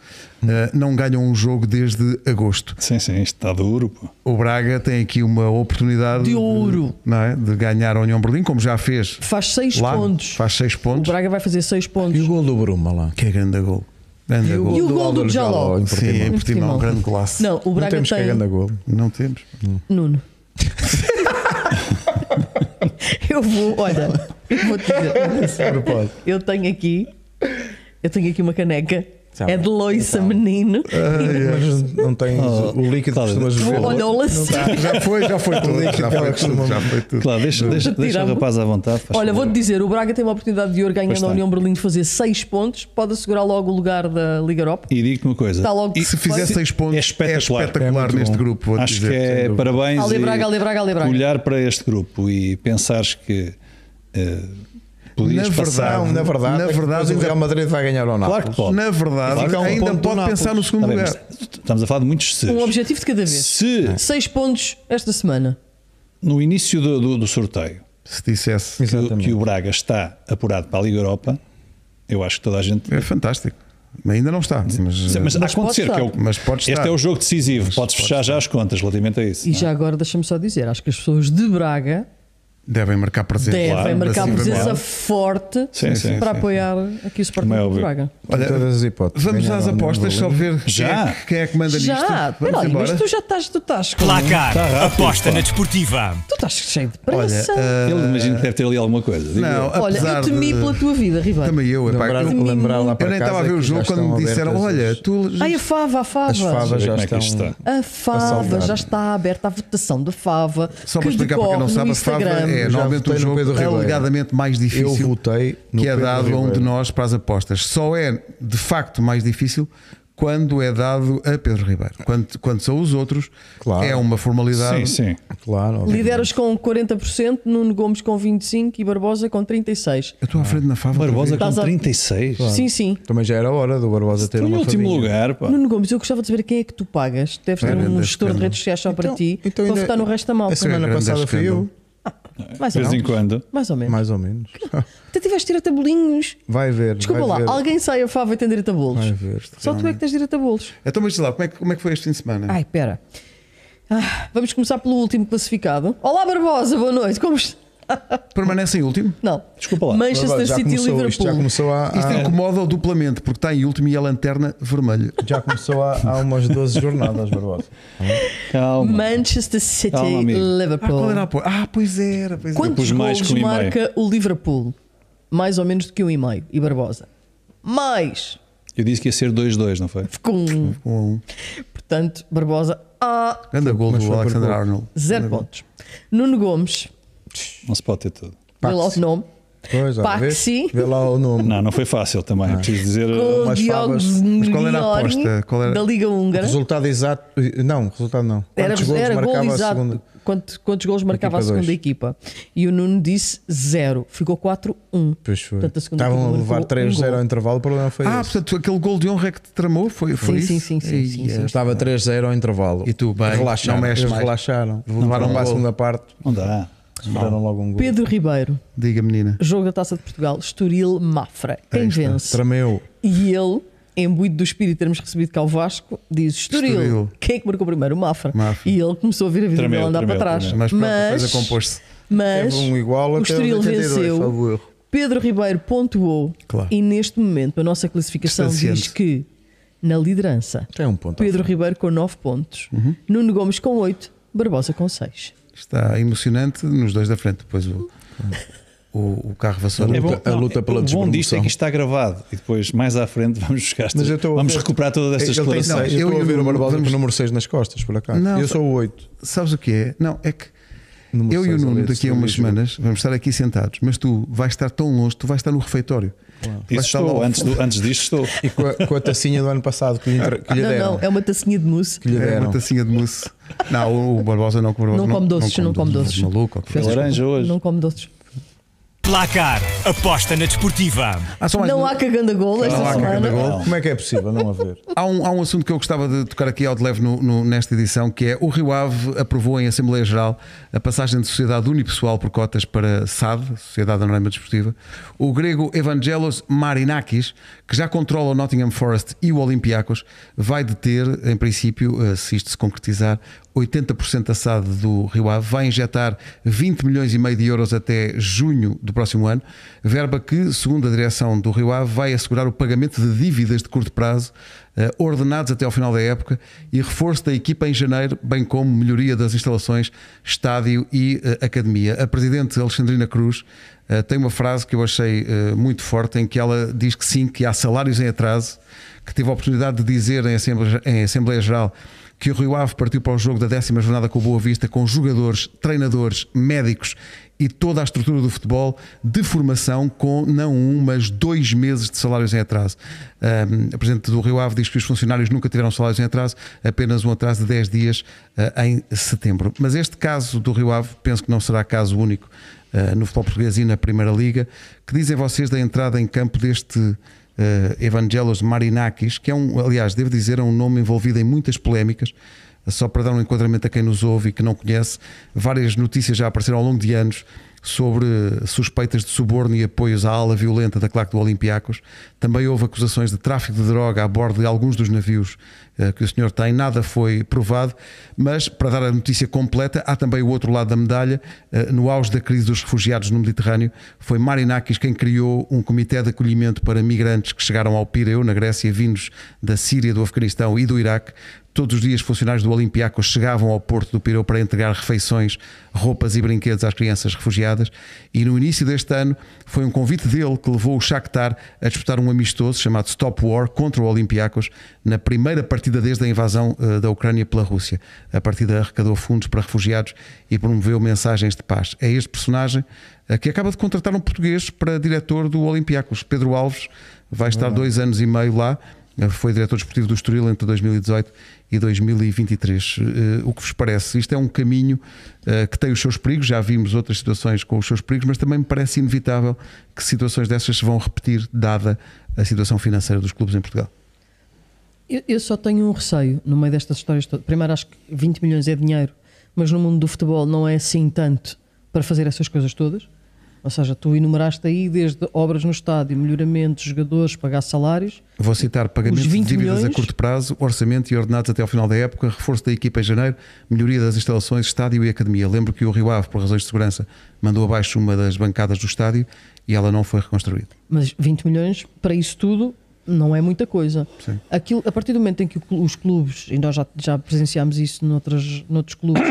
Speaker 1: Eh, não ganham um jogo desde agosto.
Speaker 4: Sim, sim, isto está duro. Pô.
Speaker 1: O Braga tem aqui uma oportunidade
Speaker 2: De ouro.
Speaker 1: não é? de ganhar a União Berlim, como já fez
Speaker 2: Faz seis
Speaker 1: lá.
Speaker 2: pontos.
Speaker 1: Faz 6
Speaker 2: O
Speaker 1: pontos.
Speaker 2: Braga vai fazer seis pontos.
Speaker 3: E o gol do Bruma lá?
Speaker 1: Que é grande gol. Grande é gol.
Speaker 2: E o gol do
Speaker 3: Álvaro
Speaker 2: Jaló?
Speaker 3: em
Speaker 1: Sim,
Speaker 3: Portimão.
Speaker 1: em
Speaker 2: Em
Speaker 1: Portimão,
Speaker 2: Portimão.
Speaker 1: um grande golaço.
Speaker 2: Não, o
Speaker 3: Não
Speaker 2: Braga
Speaker 3: temos que
Speaker 2: tem.
Speaker 3: ganhar gol.
Speaker 1: Não temos.
Speaker 2: Nuno. eu vou, olha, eu vou te dizer. Eu tenho aqui, eu tenho aqui uma caneca.
Speaker 3: Tá
Speaker 2: é
Speaker 3: bem.
Speaker 2: de loiça, menino.
Speaker 4: Ah,
Speaker 3: Mas não tem o líquido que
Speaker 4: Cláudio,
Speaker 3: costumas Tá, beber.
Speaker 2: Olha o
Speaker 4: tá,
Speaker 2: lance.
Speaker 1: Já foi, já foi
Speaker 3: é
Speaker 1: tudo. Já foi tudo, já foi tudo.
Speaker 4: Claro, deixa, deixa,
Speaker 2: Tirar-me.
Speaker 4: deixa o rapaz à vontade. faz
Speaker 2: Olha,
Speaker 4: favor.
Speaker 2: vou-te dizer, o Braga tem uma oportunidade de ouro ganhando a
Speaker 4: tem.
Speaker 2: União Berlim de fazer 6 pontos, pode assegurar logo o lugar da Liga Europa.
Speaker 4: E digo-te uma coisa.
Speaker 2: Está Tá logo
Speaker 4: E-
Speaker 1: Se fizer
Speaker 2: Sim,
Speaker 1: 6 pontos,
Speaker 4: é
Speaker 1: é
Speaker 4: espetacular.
Speaker 1: espetacular,
Speaker 3: É muito
Speaker 1: neste
Speaker 3: bom.
Speaker 1: grupo. Vou
Speaker 4: Acho
Speaker 1: dizer,
Speaker 4: que
Speaker 1: sem
Speaker 4: é
Speaker 1: dúvida.
Speaker 4: parabéns.
Speaker 2: Ale
Speaker 4: e
Speaker 2: Braga, Ale Braga, Ale Braga.
Speaker 4: Olhar para este grupo e pensares que eh, podias
Speaker 1: Na
Speaker 4: passar.
Speaker 1: verdade-
Speaker 3: Não, na verdade,
Speaker 1: Na
Speaker 3: é que
Speaker 1: verdade,
Speaker 3: depois o
Speaker 1: ainda-
Speaker 3: Real Madrid vai ganhar ou não.
Speaker 4: Claro que pode.
Speaker 1: Na verdade,
Speaker 4: Fica
Speaker 3: um
Speaker 1: ainda
Speaker 3: ponto do
Speaker 1: pode
Speaker 3: Nápoles.
Speaker 1: pensar no
Speaker 4: Está
Speaker 1: segundo
Speaker 4: bem,
Speaker 1: lugar.
Speaker 4: mas estamos a falar de muitos se's.
Speaker 2: Um objetivo de cada vez.
Speaker 4: Se
Speaker 2: 6 pontos esta semana.
Speaker 4: no início do, do- do sorteio
Speaker 1: Se dissesse.
Speaker 4: que, o-
Speaker 3: Exatamente.
Speaker 4: que o Braga está apurado para a Liga Europa, eu acho que toda a gente.
Speaker 1: É fantástico. Ainda não está. Mas, eh,
Speaker 4: Mas, a
Speaker 2: pode
Speaker 4: acontecer
Speaker 2: estar.
Speaker 4: que é o,
Speaker 1: Mas pode estar.
Speaker 4: este é o jogo decisivo,
Speaker 1: pode
Speaker 4: podes fechar já as contas relativamente a isso.
Speaker 2: E
Speaker 4: não é?
Speaker 2: já agora deixa-me só dizer, acho que as pessoas de Braga
Speaker 1: devem marcar assim, presença.
Speaker 2: devem
Speaker 4: claro, assim
Speaker 2: marcar
Speaker 1: massivamente.
Speaker 2: presença forte
Speaker 4: Sim, sim,
Speaker 2: para
Speaker 1: sim,
Speaker 2: apoiar aqui o Sporting
Speaker 4: Como é
Speaker 2: Clube de
Speaker 4: óbvio.
Speaker 2: Braga.
Speaker 1: Olha,
Speaker 3: Em todas as hipóteses.
Speaker 1: Vamos
Speaker 3: Ganhar
Speaker 1: às
Speaker 3: ou não,
Speaker 1: apostas,
Speaker 3: não
Speaker 1: só ver quem
Speaker 4: Já?
Speaker 1: é, que- quem é que manda nisto.
Speaker 2: Já,
Speaker 1: Vamos
Speaker 2: peraí, mas
Speaker 1: embora.
Speaker 2: tu já estás, tu estás com,
Speaker 6: Placar. Aposta na desportiva.
Speaker 2: tu estás cheio de
Speaker 1: Olha,
Speaker 2: pressa.
Speaker 1: ah,
Speaker 4: Ele imagino que deve ter ali alguma coisa. digo eu.
Speaker 1: não,
Speaker 2: Olha,
Speaker 1: apesar
Speaker 2: eu temi
Speaker 1: de-
Speaker 2: pela tua vida, Ribeiro.
Speaker 1: Também eu, epá,
Speaker 3: Lembrar,
Speaker 1: eu-
Speaker 3: lembrar lá para
Speaker 1: Eu nem estava a ver o jogo quando me disseram: Olha, tu.
Speaker 2: Ai, a fava, a fava.
Speaker 3: as favas
Speaker 4: Deixa
Speaker 3: já
Speaker 4: eu ver como é
Speaker 3: estão.
Speaker 4: que isto
Speaker 2: A Fava
Speaker 3: salvar.
Speaker 2: já está aberta a votação da Fava.
Speaker 1: Só
Speaker 2: que
Speaker 1: para explicar para quem não
Speaker 2: decorre
Speaker 1: sabe,
Speaker 2: no
Speaker 1: a Fava
Speaker 2: Instagram.
Speaker 1: é
Speaker 3: Eu já
Speaker 1: normalmente
Speaker 3: votei
Speaker 1: o
Speaker 3: no Pedro
Speaker 1: jogo
Speaker 3: Ribeiro.
Speaker 1: alegadamente mais
Speaker 3: Eu
Speaker 1: difícil
Speaker 3: votei no
Speaker 1: que é
Speaker 3: Pedro
Speaker 1: dado a um de
Speaker 3: Ribeiro.
Speaker 1: nós para as apostas. Só é de facto mais difícil quando é dado a Pedro Ribeiro. Quando, quando são os outros,
Speaker 3: Claro.
Speaker 1: é uma formalidade.
Speaker 4: Sim, sim.
Speaker 3: Claro, obviamente.
Speaker 2: Lideras com 40%, Nuno Gomes com 25% e Barbosa com 36%.
Speaker 1: Eu estou à frente na Fava.
Speaker 4: Barbosa
Speaker 1: outra
Speaker 4: com
Speaker 2: Estás a-
Speaker 4: 36.
Speaker 2: Sim, sim.
Speaker 3: Também já era hora do Barbosa ter
Speaker 4: Estou em
Speaker 3: uma
Speaker 4: último
Speaker 3: família.
Speaker 4: lugar, pá.
Speaker 2: Nuno Gomes, eu gostava de saber quem é que tu pagas. Deves ter
Speaker 1: Grande
Speaker 2: um gestor de
Speaker 1: escândalo.
Speaker 2: redes sociais só para
Speaker 3: Então-
Speaker 2: ti
Speaker 3: então
Speaker 2: para
Speaker 3: ainda-
Speaker 2: votar no resto da
Speaker 3: A
Speaker 2: malta.
Speaker 1: Essa- é
Speaker 3: semana
Speaker 1: grande
Speaker 3: passada fui eu,
Speaker 1: escândalo.
Speaker 2: Mais
Speaker 4: De
Speaker 2: ou
Speaker 4: vez
Speaker 2: menos.
Speaker 4: em quando.
Speaker 2: Mais ou menos.
Speaker 3: mais ou menos.
Speaker 2: Até tiveste direito a bolinhos.
Speaker 3: Vai ver.
Speaker 2: Desculpa
Speaker 3: vai
Speaker 2: lá,
Speaker 3: ver.
Speaker 2: alguém sai a fava e tem direito a bolos.
Speaker 3: Vai ver.
Speaker 2: Só tu é que tens direito a bolos.
Speaker 1: Então, mas sei lá, como é, que, como é que foi este fim de semana?
Speaker 2: Ai, pera. Ah, vamos começar pelo último classificado. Olá, Barbosa, boa noite. Como está?
Speaker 1: Permanece em último?
Speaker 2: Não.
Speaker 4: Desculpa lá.
Speaker 2: Manchester
Speaker 3: já
Speaker 2: City e
Speaker 3: começou,
Speaker 2: Liverpool.
Speaker 3: isto já começou há,
Speaker 1: Isto é-
Speaker 3: há-
Speaker 1: incomoda-o duplamente, porque está em último e a lanterna vermelha.
Speaker 3: já começou há, há umas 12 jornadas, Barbosa.
Speaker 4: Calma.
Speaker 2: Manchester City
Speaker 4: Calma, amigo.
Speaker 1: Ah,
Speaker 2: Liverpool.
Speaker 1: qual era a apoio? Ah, pois era, pois era.
Speaker 2: Quantos
Speaker 4: pus mais
Speaker 2: gols
Speaker 4: que um e meio.
Speaker 2: marca o Liverpool? Mais ou menos do que um e meio. E Barbosa. Mais.
Speaker 4: Eu disse que ia ser 2-2, não foi?
Speaker 2: Ficou um.
Speaker 1: Com um
Speaker 2: Portanto, Barbosa. Ah,
Speaker 1: grande gol
Speaker 3: Mas
Speaker 1: do
Speaker 3: foi por
Speaker 1: Alexander
Speaker 3: pouco.
Speaker 1: Arnold.
Speaker 2: zero pontos. Nuno Gomes.
Speaker 4: Não se pode ter tudo.
Speaker 2: Vê lá o nome.
Speaker 3: Pois, olha, vê,
Speaker 2: Paxi.
Speaker 3: vê lá o nome.
Speaker 4: Não, não foi fácil
Speaker 3: Ah.
Speaker 4: também. Preciso dizer. uh,
Speaker 2: Com o
Speaker 3: umas
Speaker 2: Diogo
Speaker 3: favas.
Speaker 1: Mas qual era a
Speaker 2: Miori,
Speaker 1: aposta? Qual era-
Speaker 2: Da Liga Húngara.
Speaker 3: Resultado exato. Não, resultado não.
Speaker 2: Era,
Speaker 3: Quantos golos
Speaker 2: era
Speaker 3: marcava
Speaker 2: gol
Speaker 3: a
Speaker 2: exato.
Speaker 3: segunda?
Speaker 2: Quantos, quantos gols marcava a
Speaker 3: Equipa
Speaker 2: segunda
Speaker 3: dois.
Speaker 2: equipa? E o Nuno disse zero. Ficou 4-1.
Speaker 3: Pois foi.
Speaker 2: Portanto, a segunda
Speaker 3: Estavam a
Speaker 2: equipa
Speaker 3: levar
Speaker 2: marcou um
Speaker 3: 3-0
Speaker 2: gol.
Speaker 3: ao intervalo, o problema foi
Speaker 1: Ah,
Speaker 3: esse.
Speaker 1: portanto, aquele gol de honra é que te tramou? Foi, foi
Speaker 2: Sim,
Speaker 1: isso? é, tá.
Speaker 2: sim, sim, sim, sim,
Speaker 1: Eia.
Speaker 2: sim.
Speaker 3: Estava 3-0 ao intervalo.
Speaker 1: E tu, bem,
Speaker 3: relaxaram.
Speaker 1: não mexe
Speaker 3: eles
Speaker 1: mais.
Speaker 3: relaxaram.
Speaker 1: Levaram
Speaker 3: Voltaram
Speaker 1: um
Speaker 3: para a
Speaker 1: gol.
Speaker 3: segunda parte.
Speaker 4: Não dá.
Speaker 3: Sofreram logo um gol.
Speaker 2: Pedro Ribeiro,
Speaker 1: Diga, menina.
Speaker 2: jogo da Taça de Portugal, Estoril Mafra. Quem
Speaker 1: Aí está.
Speaker 2: vence?
Speaker 3: Trameu.
Speaker 2: E ele, imbuído do espírito de termos recebido cá o Vasco, diz: Estoril,
Speaker 1: Estoril.
Speaker 2: quem é que marcou primeiro? O Mafra.
Speaker 1: Mafra.
Speaker 2: E ele começou a vir a vida
Speaker 4: Tremeu,
Speaker 2: dele andar
Speaker 4: tremeu,
Speaker 2: para trás.
Speaker 4: tremeu.
Speaker 1: Mas pronto, a coisa
Speaker 2: Mas,
Speaker 1: compôs-se.
Speaker 2: mas
Speaker 3: é Teve um igual
Speaker 2: o
Speaker 3: até aos
Speaker 2: Estoril
Speaker 3: 82,
Speaker 2: venceu.
Speaker 3: salvo erro.
Speaker 2: Pedro Ribeiro pontuou
Speaker 1: Claro.
Speaker 2: e neste momento a nossa classificação diz
Speaker 1: Distanciante.
Speaker 2: que na liderança
Speaker 3: Tem um ponto. à
Speaker 2: Pedro
Speaker 3: frente.
Speaker 2: Ribeiro com 9 pontos,
Speaker 1: Uhum.
Speaker 2: Nuno Gomes com 8, Barbosa com 6.
Speaker 1: Está emocionante nos dois da frente. Depois o, o, o carro vassoura.
Speaker 3: É bom. a luta
Speaker 4: é-
Speaker 3: pela
Speaker 4: o bom disto
Speaker 3: despromoção.
Speaker 4: é que isto está gravado e depois mais à frente vamos buscar esta-
Speaker 3: Mas eu estou a
Speaker 4: vamos
Speaker 3: ver-
Speaker 4: recuperar todas estas
Speaker 3: Ele tem
Speaker 4: declarações.
Speaker 3: seis. Eu
Speaker 1: Eu
Speaker 3: estou
Speaker 1: e
Speaker 3: a ver
Speaker 1: o-
Speaker 3: o Barbosa
Speaker 1: vamos-
Speaker 3: com o número 6 nas costas, por acaso.
Speaker 1: Não,
Speaker 3: eu sou o 8.
Speaker 1: Sabes o que é? Não, é que
Speaker 3: Número
Speaker 1: eu e o
Speaker 3: seis,
Speaker 1: Nuno
Speaker 3: aliás,
Speaker 1: daqui a umas
Speaker 3: tudo
Speaker 1: semanas vamos estar aqui sentados, mas tu vais estar tão longe, tu vais estar no refeitório.
Speaker 4: Isso
Speaker 1: Vais estar
Speaker 4: estou,
Speaker 1: lá-
Speaker 4: antes, do- antes disto estou.
Speaker 3: E com a, com a tacinha do ano passado que lhe, entre- que lhe
Speaker 2: não,
Speaker 3: deram.
Speaker 2: não, é uma tacinha de mousse.
Speaker 3: Que lhe
Speaker 1: É
Speaker 3: deram.
Speaker 1: uma tacinha de mousse. Não, o- o Barbosa não, que o Barbosa
Speaker 2: Não come doces, não come doces.
Speaker 1: És maluco, ok.
Speaker 4: É laranja hoje.
Speaker 2: Não come doces.
Speaker 6: Placar. Aposta na desportiva.
Speaker 1: Ah, só mais
Speaker 2: Não
Speaker 1: um.
Speaker 2: há caganda gol esta
Speaker 1: Não há
Speaker 2: semana.
Speaker 1: caganda gol.
Speaker 3: Como é que é possível não haver?
Speaker 1: Há um, há um assunto que eu gostava de tocar aqui ao de leve no- no- nesta edição, que é o Rio Ave aprovou em Assembleia Geral a passagem de sociedade unipessoal por cotas para SAD, Sociedade Anónima Desportiva. O grego Evangelos Marinakis, que já controla o Nottingham Forest e o Olympiacos, vai deter, em princípio, eh, se isto se concretizar, 80% da SAD do Rio Ave, vai injetar 20 milhões e meio de euros até junho do próximo ano, verba que, segundo a direção do Rio Ave, vai assegurar o pagamento de dívidas de curto prazo, eh, ordenados até ao final da época, e reforço da equipa em janeiro, bem como melhoria das instalações, estádio e eh, academia. A presidente Alexandrina Cruz eh, tem uma frase que eu achei eh, muito forte, em que ela diz que sim, que há salários em atraso, que teve a oportunidade de dizer em Assembleia, em Assembleia Geral que o Rio Ave partiu para o jogo da décima jornada com o Boa Vista, com jogadores, treinadores, médicos e toda a estrutura do futebol de formação, com não um, mas dois meses de salários em atraso. Um, a Presidente do Rio Ave diz que os funcionários nunca tiveram salários em atraso, apenas um atraso de 10 dias ah, em setembro. Mas este caso do Rio Ave, penso que não será caso único ah, no futebol português e na Primeira Liga. Que dizem vocês da entrada em campo deste eh, Evangelos Marinakis, que é um, aliás, devo dizer, é um nome envolvido em muitas polémicas. Só para dar um enquadramento a quem nos ouve e que não conhece, várias notícias já apareceram ao longo de anos sobre suspeitas de suborno e apoios à ala violenta da claque do Olympiacos. Também houve acusações de tráfico de droga a bordo de alguns dos navios eh, que o senhor tem. Nada foi provado, mas para dar a notícia completa, há também o outro lado da medalha. Eh, No auge da crise dos refugiados no Mediterrâneo, foi Marinakis quem criou um comitê de acolhimento para migrantes que chegaram ao Pireu, na Grécia, vindos da Síria, do Afeganistão e do Iraque. Todos os dias, funcionários do Olympiacos chegavam ao porto do Pireu para entregar refeições, roupas e brinquedos às crianças refugiadas. E no início deste ano, foi um convite dele que levou o Shakhtar a disputar um amistoso chamado Stop War contra o Olympiacos na primeira partida desde a invasão eh, da Ucrânia pela Rússia. A partida arrecadou fundos para refugiados e promoveu mensagens de paz. É este personagem eh, que acaba de contratar um português para diretor do Olympiacos. Pedro Alves vai estar dois anos e meio lá. Foi diretor desportivo do Estoril entre 2018 e 2023. Eh, O que vos parece? Isto é um caminho eh, que tem os seus perigos, já vimos outras situações com os seus perigos, mas também me parece inevitável que situações dessas se vão repetir, dada a situação financeira dos clubes em Portugal.
Speaker 2: Eu, eu só tenho um receio no meio destas histórias todas. Primeiro, acho que 20 milhões é dinheiro, mas no mundo do futebol não é assim tanto para fazer essas coisas todas. Ou seja, tu enumeraste aí desde obras no estádio, melhoramentos, jogadores, pagar salários.
Speaker 1: Vou citar pagamentos
Speaker 2: Os
Speaker 1: de
Speaker 2: 20
Speaker 1: dívidas a
Speaker 2: milhões?
Speaker 1: curto prazo, orçamento e ordenados até ao final da época, reforço da equipa em janeiro, melhoria das instalações, estádio e academia. Lembro que o Rio Ave, por razões de segurança, mandou abaixo uma das bancadas do estádio e ela não foi reconstruída.
Speaker 2: Mas 20 milhões para isso tudo não é muita coisa.
Speaker 1: Sim.
Speaker 2: Aquilo, a partir do momento em que o clu- os clubes, e nós já, já presenciámos isso noutras, noutros clubes,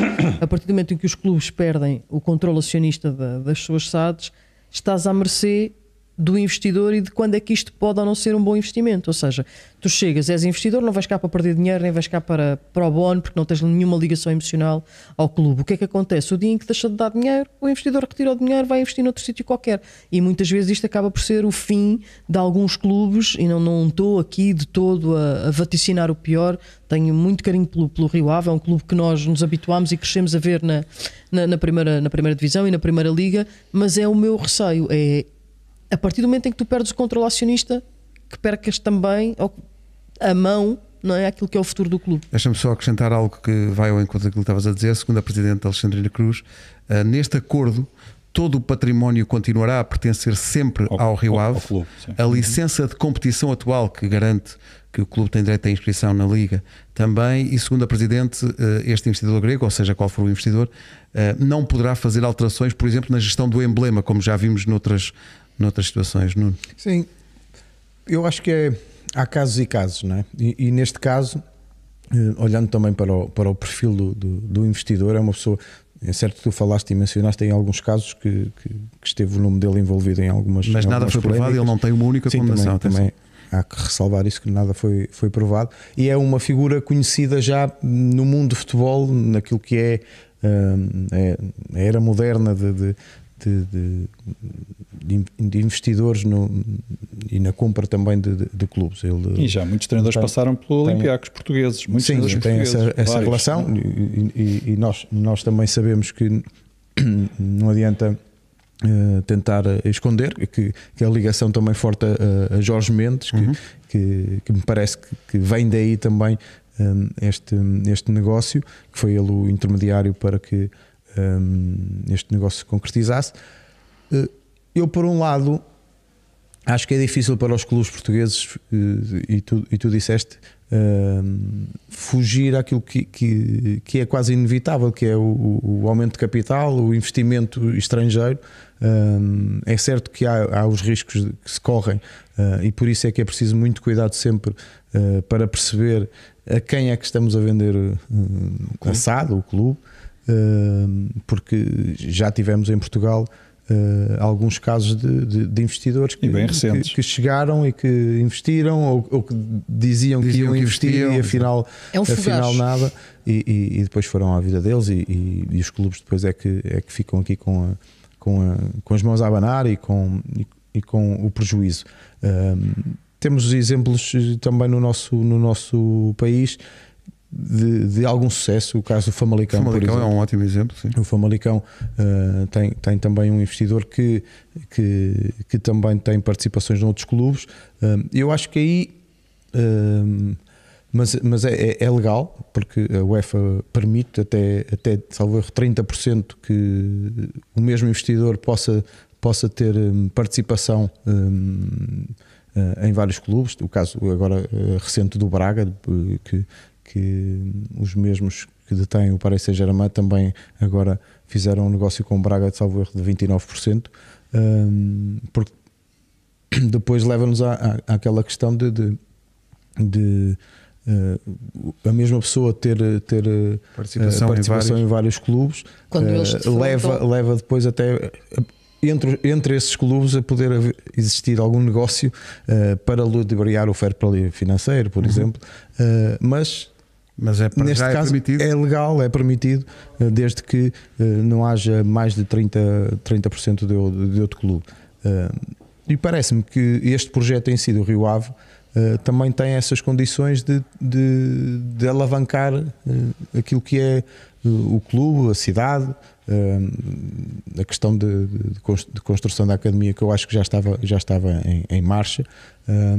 Speaker 2: a partir do momento em que os clubes perdem o controle acionista da- das suas SADs, estás à mercê do investidor e de quando é que isto pode ou não ser um bom investimento. Ou seja, tu chegas, és investidor, não vais cá para perder dinheiro, nem vais cá para, para o bono, porque não tens nenhuma ligação emocional ao clube. O que é que acontece? O dia em que deixa de dar dinheiro, o investidor retira o dinheiro, vai investir noutro sítio qualquer. E muitas vezes isto acaba por ser o fim de alguns clubes, e não, não estou aqui de todo a, a vaticinar o pior. Tenho muito carinho pelo, pelo Rio Ave, é um clube que nós nos habituámos e crescemos a ver na, na, na primeira, na primeira divisão e na primeira liga, mas é o meu receio. É a partir do momento em que tu perdes o controle acionista, que percas também ou- a mão, não é? Aquilo que é o futuro do clube.
Speaker 1: Deixa-me só acrescentar algo que vai ao encontro daquilo que estavas a dizer, segundo a Presidente Alexandrina Cruz, ah, neste acordo todo o património continuará a pertencer sempre ao,
Speaker 4: Ao-
Speaker 1: Rio
Speaker 4: ao- ao
Speaker 1: Ave.
Speaker 4: clube, sim.
Speaker 1: a licença de competição atual que garante que o clube tem direito à inscrição na Liga também, e segundo a Presidente, eh, este investidor grego, ou seja, qual for o investidor, eh, não poderá fazer alterações, por exemplo, na gestão do emblema, como já vimos noutras, noutras situações. Nuno.
Speaker 3: Sim, eu acho que é, há casos e casos, não é? E, e neste caso, eh, olhando também para o, para o perfil do, do, do investidor, é uma pessoa. É certo que tu falaste e mencionaste em alguns casos que, que, que esteve o nome dele envolvido em algumas.
Speaker 1: Mas
Speaker 3: em
Speaker 1: nada
Speaker 3: algumas
Speaker 1: foi provado e ele
Speaker 3: polémicas.
Speaker 1: não tem uma única
Speaker 3: Sim,
Speaker 1: condenação.
Speaker 3: Também, também há que ressalvar isso que nada foi, foi provado. E é uma figura conhecida já no mundo do futebol, naquilo que é, hum, é- a era moderna de, de- de- de- de in- de investidores no- e na compra também de, de- de clubes. Ele,
Speaker 4: E já muitos treinadores
Speaker 3: Tem-
Speaker 4: passaram pelo
Speaker 3: tem-
Speaker 4: Olympiacos portugueses. Muitos
Speaker 3: Sim,
Speaker 4: treinadores
Speaker 3: tem
Speaker 4: portugueses,
Speaker 3: essa, essa
Speaker 4: vários. é?
Speaker 3: relação e, e- e nós, nós também sabemos que não adianta eh, tentar esconder que, que a ligação também é forte a, a Jorge Mendes, que,
Speaker 4: Uhum.
Speaker 3: que, que me parece que, que vem daí também hum, este, este negócio, que foi ele o intermediário para que hum, este negócio se concretizasse. Eh, Eu, por um lado, Acho que é difícil para os clubes portugueses, eh, e tu, e tu disseste, eh, fugir àquilo que, que, que é quase inevitável, que é o, o- o aumento de capital, o investimento estrangeiro. Eh, É certo que há, há os riscos que se correm, eh, e por isso é que é preciso muito cuidado sempre eh, para perceber a quem é que estamos a vender eh, assado, o clube, eh, porque já tivemos em Portugal eh, alguns casos de, de- de investidores que,
Speaker 4: E bem
Speaker 3: que-
Speaker 4: recentes.
Speaker 3: que chegaram e que investiram ou, ou que diziam, que
Speaker 1: Diziam
Speaker 3: iam
Speaker 1: que
Speaker 3: investir
Speaker 1: investiam.
Speaker 3: e afinal,
Speaker 2: É um
Speaker 3: afinal
Speaker 2: fugaz.
Speaker 3: nada e, e- e depois foram à vida deles e, e- e os clubes depois é que, é que ficam aqui com, a- com, a- com as mãos a abanar e com, e, e com o prejuízo. Ahm, temos exemplos eh, também no nosso, no nosso país de, de algum sucesso, o caso do Famalicão, por
Speaker 1: Famalicão
Speaker 3: exemplo.
Speaker 1: é um ótimo exemplo. Sim.
Speaker 3: O Famalicão eh, tem, tem também um investidor que, que, que também tem participações noutros clubes. Eh, eu acho que aí. eh, mas, mas é, é- é legal, porque a UEFA permite até, até salvo erro, 30% que o mesmo investidor possa, possa ter eh, participação eh, eh, em vários clubes. O caso agora eh, recente do Braga, eh, que, que os mesmos que detêm o Paris Saint-Germain também agora fizeram um negócio com o Braga de salvo erro de 29%, hum, porque depois leva-nos à, à- àquela questão de, de- de, eh, a mesma pessoa ter, ter eh,
Speaker 1: Participação em
Speaker 3: participação em vários clubes
Speaker 2: Quando
Speaker 3: eh,
Speaker 2: eles se
Speaker 3: leva,
Speaker 2: juntam.
Speaker 3: leva depois até eh, entre, entre esses clubes a poder haver- existir algum negócio eh, para ludibriar o fair play financeiro,
Speaker 2: Uhum.
Speaker 3: por exemplo, Eh, mas
Speaker 1: Mas é para
Speaker 3: neste
Speaker 1: já é
Speaker 3: caso
Speaker 1: permitido.
Speaker 3: é legal, é permitido, eh, desde que eh, não haja mais de 30%, 30 de, o- de outro clube. Eh, E parece-me que este projeto em si do Rio Ave eh, eh, também tem essas condições de, de, de alavancar eh, aquilo que é eh, o clube, a cidade, eh, a questão de, de- de cons- de construção da academia que eu acho que já estava, já estava em, em marcha, eh,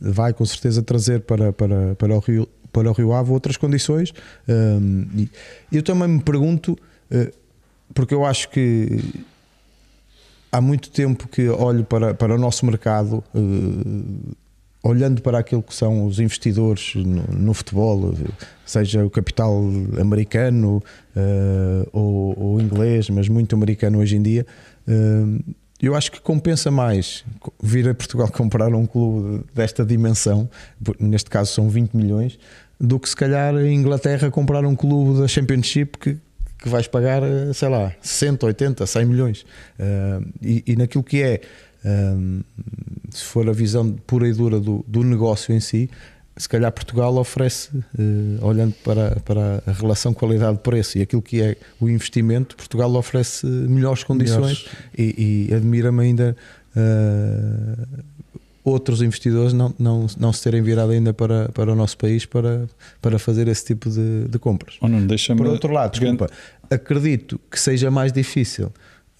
Speaker 3: vai com certeza trazer para, para, para o Rio para o Rio Ave outras condições eh, e eu também me pergunto eh, porque eu acho que há muito tempo que olho para, para o nosso mercado, eh, olhando para aquilo que são os investidores no, no futebol, eh, seja o capital americano eh, ou, ou inglês, mas muito americano hoje em dia. eh, eu acho que compensa mais co- vir a Portugal comprar um clube desta dimensão, por- neste caso são 20 milhões, do que se calhar em Inglaterra comprar um clube da Championship que, que vais pagar, eh, sei lá, 60, 80, 100 milhões. Ah, e, e naquilo que é, ah, se for a visão pura e dura do, do negócio em si, se calhar Portugal oferece, eh, olhando para, para a relação qualidade-preço e aquilo que é o investimento, Portugal oferece melhores condições e, e admira-me ainda. ah, outros investidores não, não, não se terem virado ainda para, para o nosso país para, para fazer esse tipo de, de compras.
Speaker 4: Oh, Nuno, deixa-me-
Speaker 3: Por outro lado,
Speaker 4: Gan-
Speaker 3: desculpa, acredito que seja mais difícil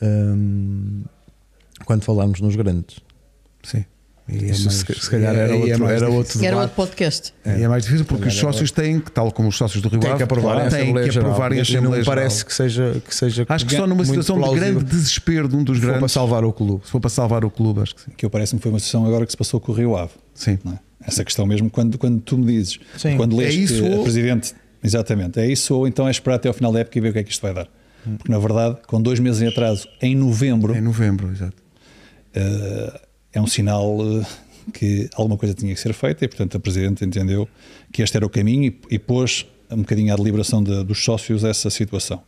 Speaker 3: hum, quando falarmos nos grandes.
Speaker 1: Sim. E é
Speaker 3: Isso
Speaker 1: mais-
Speaker 3: se, se calhar era
Speaker 1: e é
Speaker 3: outro,
Speaker 1: mais
Speaker 3: era
Speaker 1: difícil.
Speaker 3: outro
Speaker 2: Era
Speaker 3: debate.
Speaker 2: outro podcast.
Speaker 1: E é mais difícil porque os sócios têm que, tal como os sócios do Rio
Speaker 3: Tem
Speaker 1: Ave,
Speaker 3: que aprovar,
Speaker 1: têm
Speaker 3: em Assembleia
Speaker 1: que
Speaker 3: Geral.
Speaker 1: aprovar em
Speaker 3: E
Speaker 1: Assembleia
Speaker 3: Não me
Speaker 1: Geral.
Speaker 3: parece que seja, que seja
Speaker 1: Acho que só numa
Speaker 3: muito
Speaker 1: situação de
Speaker 3: plausível
Speaker 1: grande desespero de um dos
Speaker 3: se for para
Speaker 1: grandes,
Speaker 3: salvar o clube.
Speaker 1: se for para salvar o clube, acho que sim.
Speaker 4: que eu parece-me que foi uma sessão agora que se passou com o Rio Ave.
Speaker 1: Sim.
Speaker 4: não é? Essa questão mesmo, quando, quando tu me dizes,
Speaker 3: Sim.
Speaker 4: quando lês
Speaker 1: É isso
Speaker 4: que
Speaker 1: ou-
Speaker 4: a Presidente, exatamente, é isso ou então é esperar até ao final da época e ver o que é que isto vai dar. Porque na verdade, com dois meses em atraso, em novembro,
Speaker 3: é?
Speaker 1: Em novembro, exato.
Speaker 4: eh, é um sinal eh, que alguma coisa tinha que ser feita e, portanto, a Presidente entendeu que este era o caminho e, e pôs um bocadinho à deliberação de- dos sócios essa situação.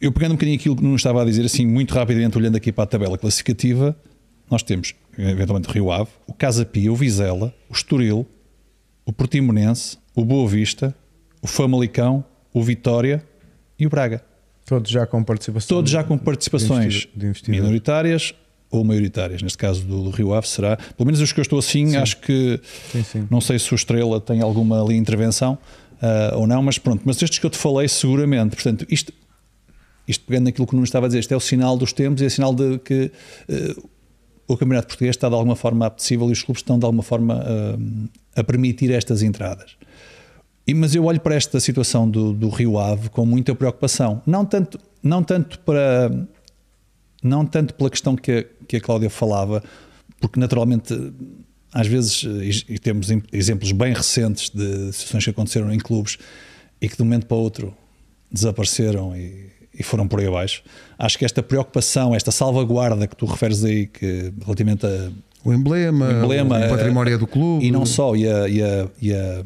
Speaker 4: Eu pegando um bocadinho aquilo que não estava a dizer, assim, muito rapidamente, olhando aqui para a tabela classificativa, nós temos, eventualmente, o Rio Ave, o Casa Pia, o Vizela, o Estoril, o Portimonense, o Boa Vista, o Famalicão, o Vitória e o Braga
Speaker 3: Todos já com participação.
Speaker 4: todos já com
Speaker 3: de
Speaker 4: participações
Speaker 3: investidor- de investidor.
Speaker 4: minoritárias ou maioritárias. Neste caso do, do Rio Ave será, pelo menos os que eu estou assim, acho que
Speaker 3: Sim, sim.
Speaker 4: não sei se o Estrela tem alguma ali intervenção ah, ou não, mas pronto, mas estes que eu te falei seguramente, portanto, isto, isto pegando naquilo que o Nuno estava a dizer, isto é o sinal dos tempos e é sinal de que eh, o Campeonato Português está de alguma forma apetecível e os clubes estão de alguma forma ah, a permitir estas entradas. E- mas eu olho para esta situação do, do Rio Ave com muita preocupação. Não tanto, não tanto para. Não tanto pela questão que a, que a Cláudia falava, porque naturalmente, às vezes, e, e temos em- exemplos bem recentes de situações que aconteceram em clubes e que de um momento para o outro desapareceram e, e foram por aí abaixo. Acho que esta preocupação, esta salvaguarda que tu referes aí, que relativamente a,
Speaker 1: O emblema, o,
Speaker 4: emblema,
Speaker 1: património
Speaker 4: eh,
Speaker 1: é do clube.
Speaker 4: e não só, e a, e a- e a-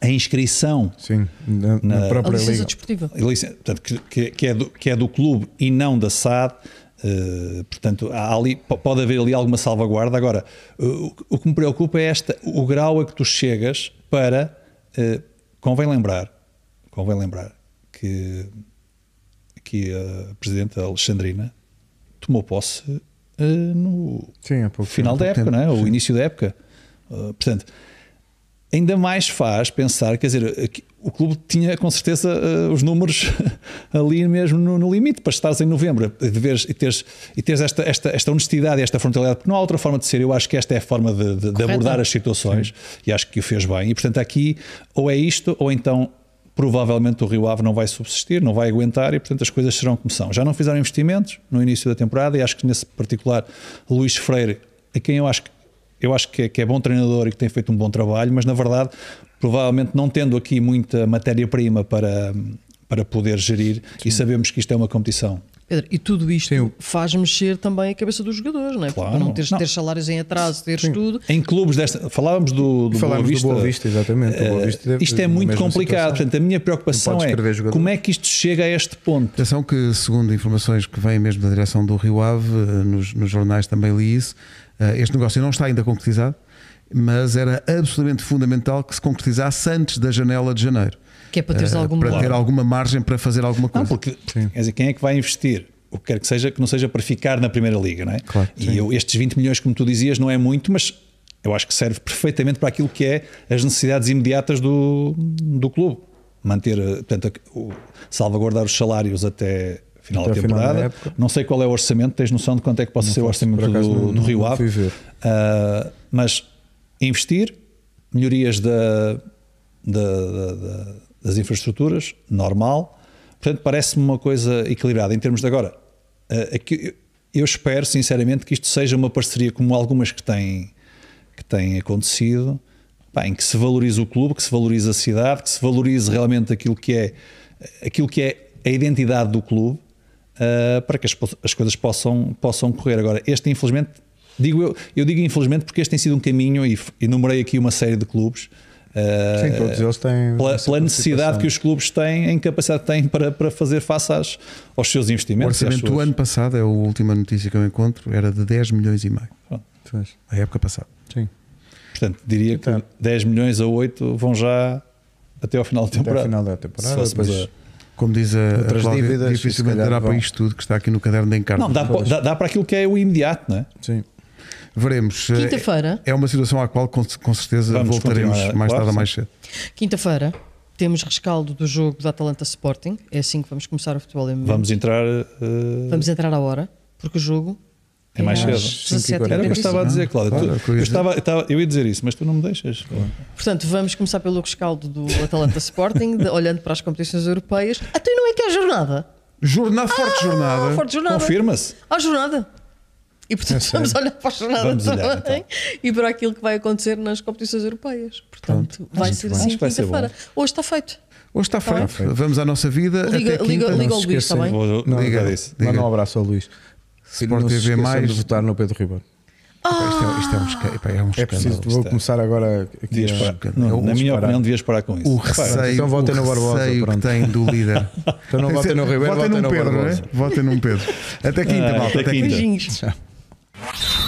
Speaker 4: a inscrição
Speaker 3: Sim, na, na
Speaker 4: Na-
Speaker 2: A
Speaker 3: própria
Speaker 2: licença
Speaker 3: liga.
Speaker 2: desportiva.
Speaker 4: e licen- portanto, que, que- que é do, que é do clube e não da SAD. eh, portanto, há ali, po- pode haver ali alguma salvaguarda. Agora, o, o que me preocupa é esta, o grau a que tu chegas para. eh, convém lembrar, convém lembrar que, que a Presidente Alexandrina tomou posse eh, no
Speaker 3: Sim, há pouco
Speaker 4: final da
Speaker 1: pouco
Speaker 4: época,
Speaker 1: tempo,
Speaker 4: não é? o início da época. Eh, portanto, ainda mais faz pensar, quer dizer, eh, que o clube tinha com certeza eh, os números ali mesmo no, no limite para estares em novembro e deveres- e teres, e teres esta, esta, esta honestidade e esta frontalidade, porque não há outra forma de ser. Eu acho que esta é a forma de, de- de abordar as situações e acho que o fez bem. E portanto, aqui ou é isto ou então. Provavelmente o Rio Ave não vai subsistir, não vai aguentar e, portanto, as coisas serão como são. Já não fizeram investimentos no início da temporada e acho que, nesse particular, Luís Freire, a quem eu acho que eu acho que é, que é bom treinador e que tem feito um bom trabalho, mas na verdade, provavelmente não tendo aqui muita matéria-prima para, para poder gerir, e sabemos que isto é uma competição.
Speaker 2: Pedro, e tudo isto
Speaker 3: Sim, o-
Speaker 2: faz mexer também a cabeça dos jogadores, não é? Porque
Speaker 4: Claro.
Speaker 2: Para não teres,
Speaker 4: Não.
Speaker 2: teres salários em atraso, teres tudo.
Speaker 4: Em clubes desta. Falávamos do, do
Speaker 3: Falámos
Speaker 4: Boa Vista.
Speaker 3: do Boa Vista, exatamente. O Boa
Speaker 4: Eh,
Speaker 3: Vista deve-
Speaker 4: isto é
Speaker 3: na
Speaker 4: muito
Speaker 3: mesma
Speaker 4: complicado.
Speaker 3: situação.
Speaker 4: Portanto, a minha preocupação
Speaker 3: podes
Speaker 4: é
Speaker 3: escrever jogador.
Speaker 4: como é que isto chega a este ponto.
Speaker 1: Atenção que, segundo informações que vêm mesmo da direção do Rio Ave, eh, nos, nos jornais também li isso, eh, este negócio não está ainda concretizado, mas era absolutamente fundamental que se concretizasse antes da janela de janeiro.
Speaker 2: Que é para teres
Speaker 1: eh,
Speaker 2: algum
Speaker 1: para
Speaker 2: lado.
Speaker 1: ter alguma margem para fazer alguma
Speaker 4: Não,
Speaker 1: coisa.
Speaker 4: porque quer dizer, quem é que vai investir? O que quer que seja, que não seja para ficar na Primeira Liga, não é?
Speaker 1: Claro,
Speaker 4: e eu- estes 20 milhões, como tu dizias, não é muito, mas Eu acho que serve perfeitamente para aquilo que é as necessidades imediatas do, do clube. Manter, eh, portanto, a- o- salvaguardar os salários até final
Speaker 3: Até
Speaker 4: da
Speaker 3: ao final da
Speaker 4: temporada.
Speaker 3: época.
Speaker 4: não sei qual é o orçamento, tens noção de quanto é que possa ser o
Speaker 3: faço, por
Speaker 4: orçamento
Speaker 3: acaso,
Speaker 4: do,
Speaker 3: não-
Speaker 4: do
Speaker 3: não-
Speaker 4: Rio
Speaker 3: não
Speaker 4: Ave.
Speaker 3: fui ver.
Speaker 4: Ah, mas investir, melhorias da, da- da- da- das infraestruturas, normal. Portanto, parece-me uma coisa equilibrada em termos de agora. ah, aqui- eu espero, sinceramente, que isto seja uma parceria como algumas que têm, que têm acontecido, pá, em que se valorize o clube, que se valorize a cidade, que se valorize realmente aquilo que é, aquilo que é a identidade do clube. Uh, para que as, po- as coisas possam, possam correr. Agora, este infelizmente, digo eu, eu digo infelizmente porque este tem sido um caminho e f- enumerei aqui uma série de clubes. uh,
Speaker 3: Sim, todos eles têm
Speaker 4: Pela,
Speaker 3: essa
Speaker 4: pela necessidade
Speaker 3: participação.
Speaker 4: que os clubes têm, em capacidade que têm para, para fazer face às, aos seus
Speaker 1: O
Speaker 4: investimentos. e às
Speaker 1: orçamento do
Speaker 4: suas-
Speaker 1: ano passado, é a última notícia que eu encontro, era de 10 milhões e meio,
Speaker 3: Pois,
Speaker 1: a época passada.
Speaker 3: Sim.
Speaker 4: Portanto, diria
Speaker 3: Então.
Speaker 4: que 10 milhões a 8 vão já até ao final da
Speaker 3: Até
Speaker 4: temporada.
Speaker 3: ao final da
Speaker 4: Se
Speaker 3: temporada.
Speaker 4: fôssemos
Speaker 3: depois-
Speaker 4: a-
Speaker 1: Como diz a, a
Speaker 3: Outras
Speaker 1: Cláudia,
Speaker 3: dívidas, se
Speaker 1: dificilmente
Speaker 3: calhar,
Speaker 1: dará para
Speaker 3: vão.
Speaker 1: isto tudo que está aqui no caderno de encargo.
Speaker 4: Não, dá, pa- dá, dá para aquilo que é o imediato, não é?
Speaker 3: Sim.
Speaker 1: Veremos.
Speaker 2: Quinta-feira.
Speaker 1: É uma situação à qual com, com certeza
Speaker 4: Vamos
Speaker 1: voltaremos
Speaker 4: continuar,
Speaker 1: mais tarde
Speaker 4: claro,
Speaker 1: ou
Speaker 4: sim.
Speaker 1: mais cedo.
Speaker 2: Quinta-feira temos rescaldo do jogo da Atalanta Sporting. É assim que vamos começar o futebol em
Speaker 4: Vamos entrar. uh,
Speaker 2: Vamos entrar à hora, porque o jogo
Speaker 4: É mais
Speaker 2: às
Speaker 4: cedo.
Speaker 2: 17h45.
Speaker 4: Era o que eu estava
Speaker 2: é?
Speaker 4: a dizer, Cláudio.
Speaker 1: Claro,
Speaker 4: Tu-
Speaker 1: eu queria
Speaker 4: eu,
Speaker 1: dizer.
Speaker 4: estava, eu estava- eu ia dizer isso, mas tu não me deixas.
Speaker 2: Portanto, vamos começar pelo rescaldo do Atalanta Sporting, de- olhando para as competições europeias. Até não é que há jornada.
Speaker 1: Jornada, forte jornada.
Speaker 2: Ah, forte jornada.
Speaker 4: Confirma-se.
Speaker 2: Há jornada. E portanto vamos olhar para a jornada
Speaker 4: É Vamos
Speaker 2: também
Speaker 4: olhar, então.
Speaker 2: e para aquilo que vai acontecer nas competições europeias. Portanto, vai ser
Speaker 4: bem.
Speaker 2: assim
Speaker 4: Acho que vai ser
Speaker 2: quinta-feira. Hoje está feito.
Speaker 1: Hoje está feito. Vamos à nossa vida.
Speaker 2: Liga,
Speaker 1: até
Speaker 2: liga,
Speaker 1: quinta.
Speaker 2: liga ao
Speaker 3: se
Speaker 2: Luís, está
Speaker 3: esqueçam.
Speaker 2: bem?
Speaker 4: Vou, vou
Speaker 3: Não,
Speaker 4: dar
Speaker 1: diga.
Speaker 4: isso.
Speaker 1: Diga.
Speaker 3: Manda um abraço ao Luís. Se
Speaker 1: Sport
Speaker 3: não se
Speaker 1: TV+.
Speaker 3: esqueçam de votar no Pedro Ribeiro.
Speaker 2: Ah!
Speaker 1: Isto é, isto é um esca- epá, é um
Speaker 3: É
Speaker 1: escândalo.
Speaker 3: preciso, vou
Speaker 4: é-
Speaker 3: começar agora aqui.
Speaker 4: Devias
Speaker 3: a-
Speaker 4: parar.
Speaker 1: acho que-
Speaker 4: Não,
Speaker 1: eu-
Speaker 4: na
Speaker 1: eu-
Speaker 4: minha
Speaker 3: parar.
Speaker 4: opinião, devias parar com isso.
Speaker 1: O
Speaker 4: Repara,
Speaker 1: receio,
Speaker 3: então votem
Speaker 1: o
Speaker 3: no Barbosa,
Speaker 1: receio que
Speaker 3: pronto.
Speaker 1: tem do líder.
Speaker 3: Então não
Speaker 1: Tem que
Speaker 3: votem
Speaker 1: ser-
Speaker 3: no Ribeiro,
Speaker 1: votem
Speaker 3: votem
Speaker 1: num
Speaker 3: no
Speaker 1: Pedro,
Speaker 3: Barbosa.
Speaker 1: né? Votem num Pedro. Até quinta,
Speaker 4: Ah,
Speaker 1: malta.
Speaker 4: até
Speaker 1: Até
Speaker 4: quinta.
Speaker 1: quinta.
Speaker 2: Beijinhos.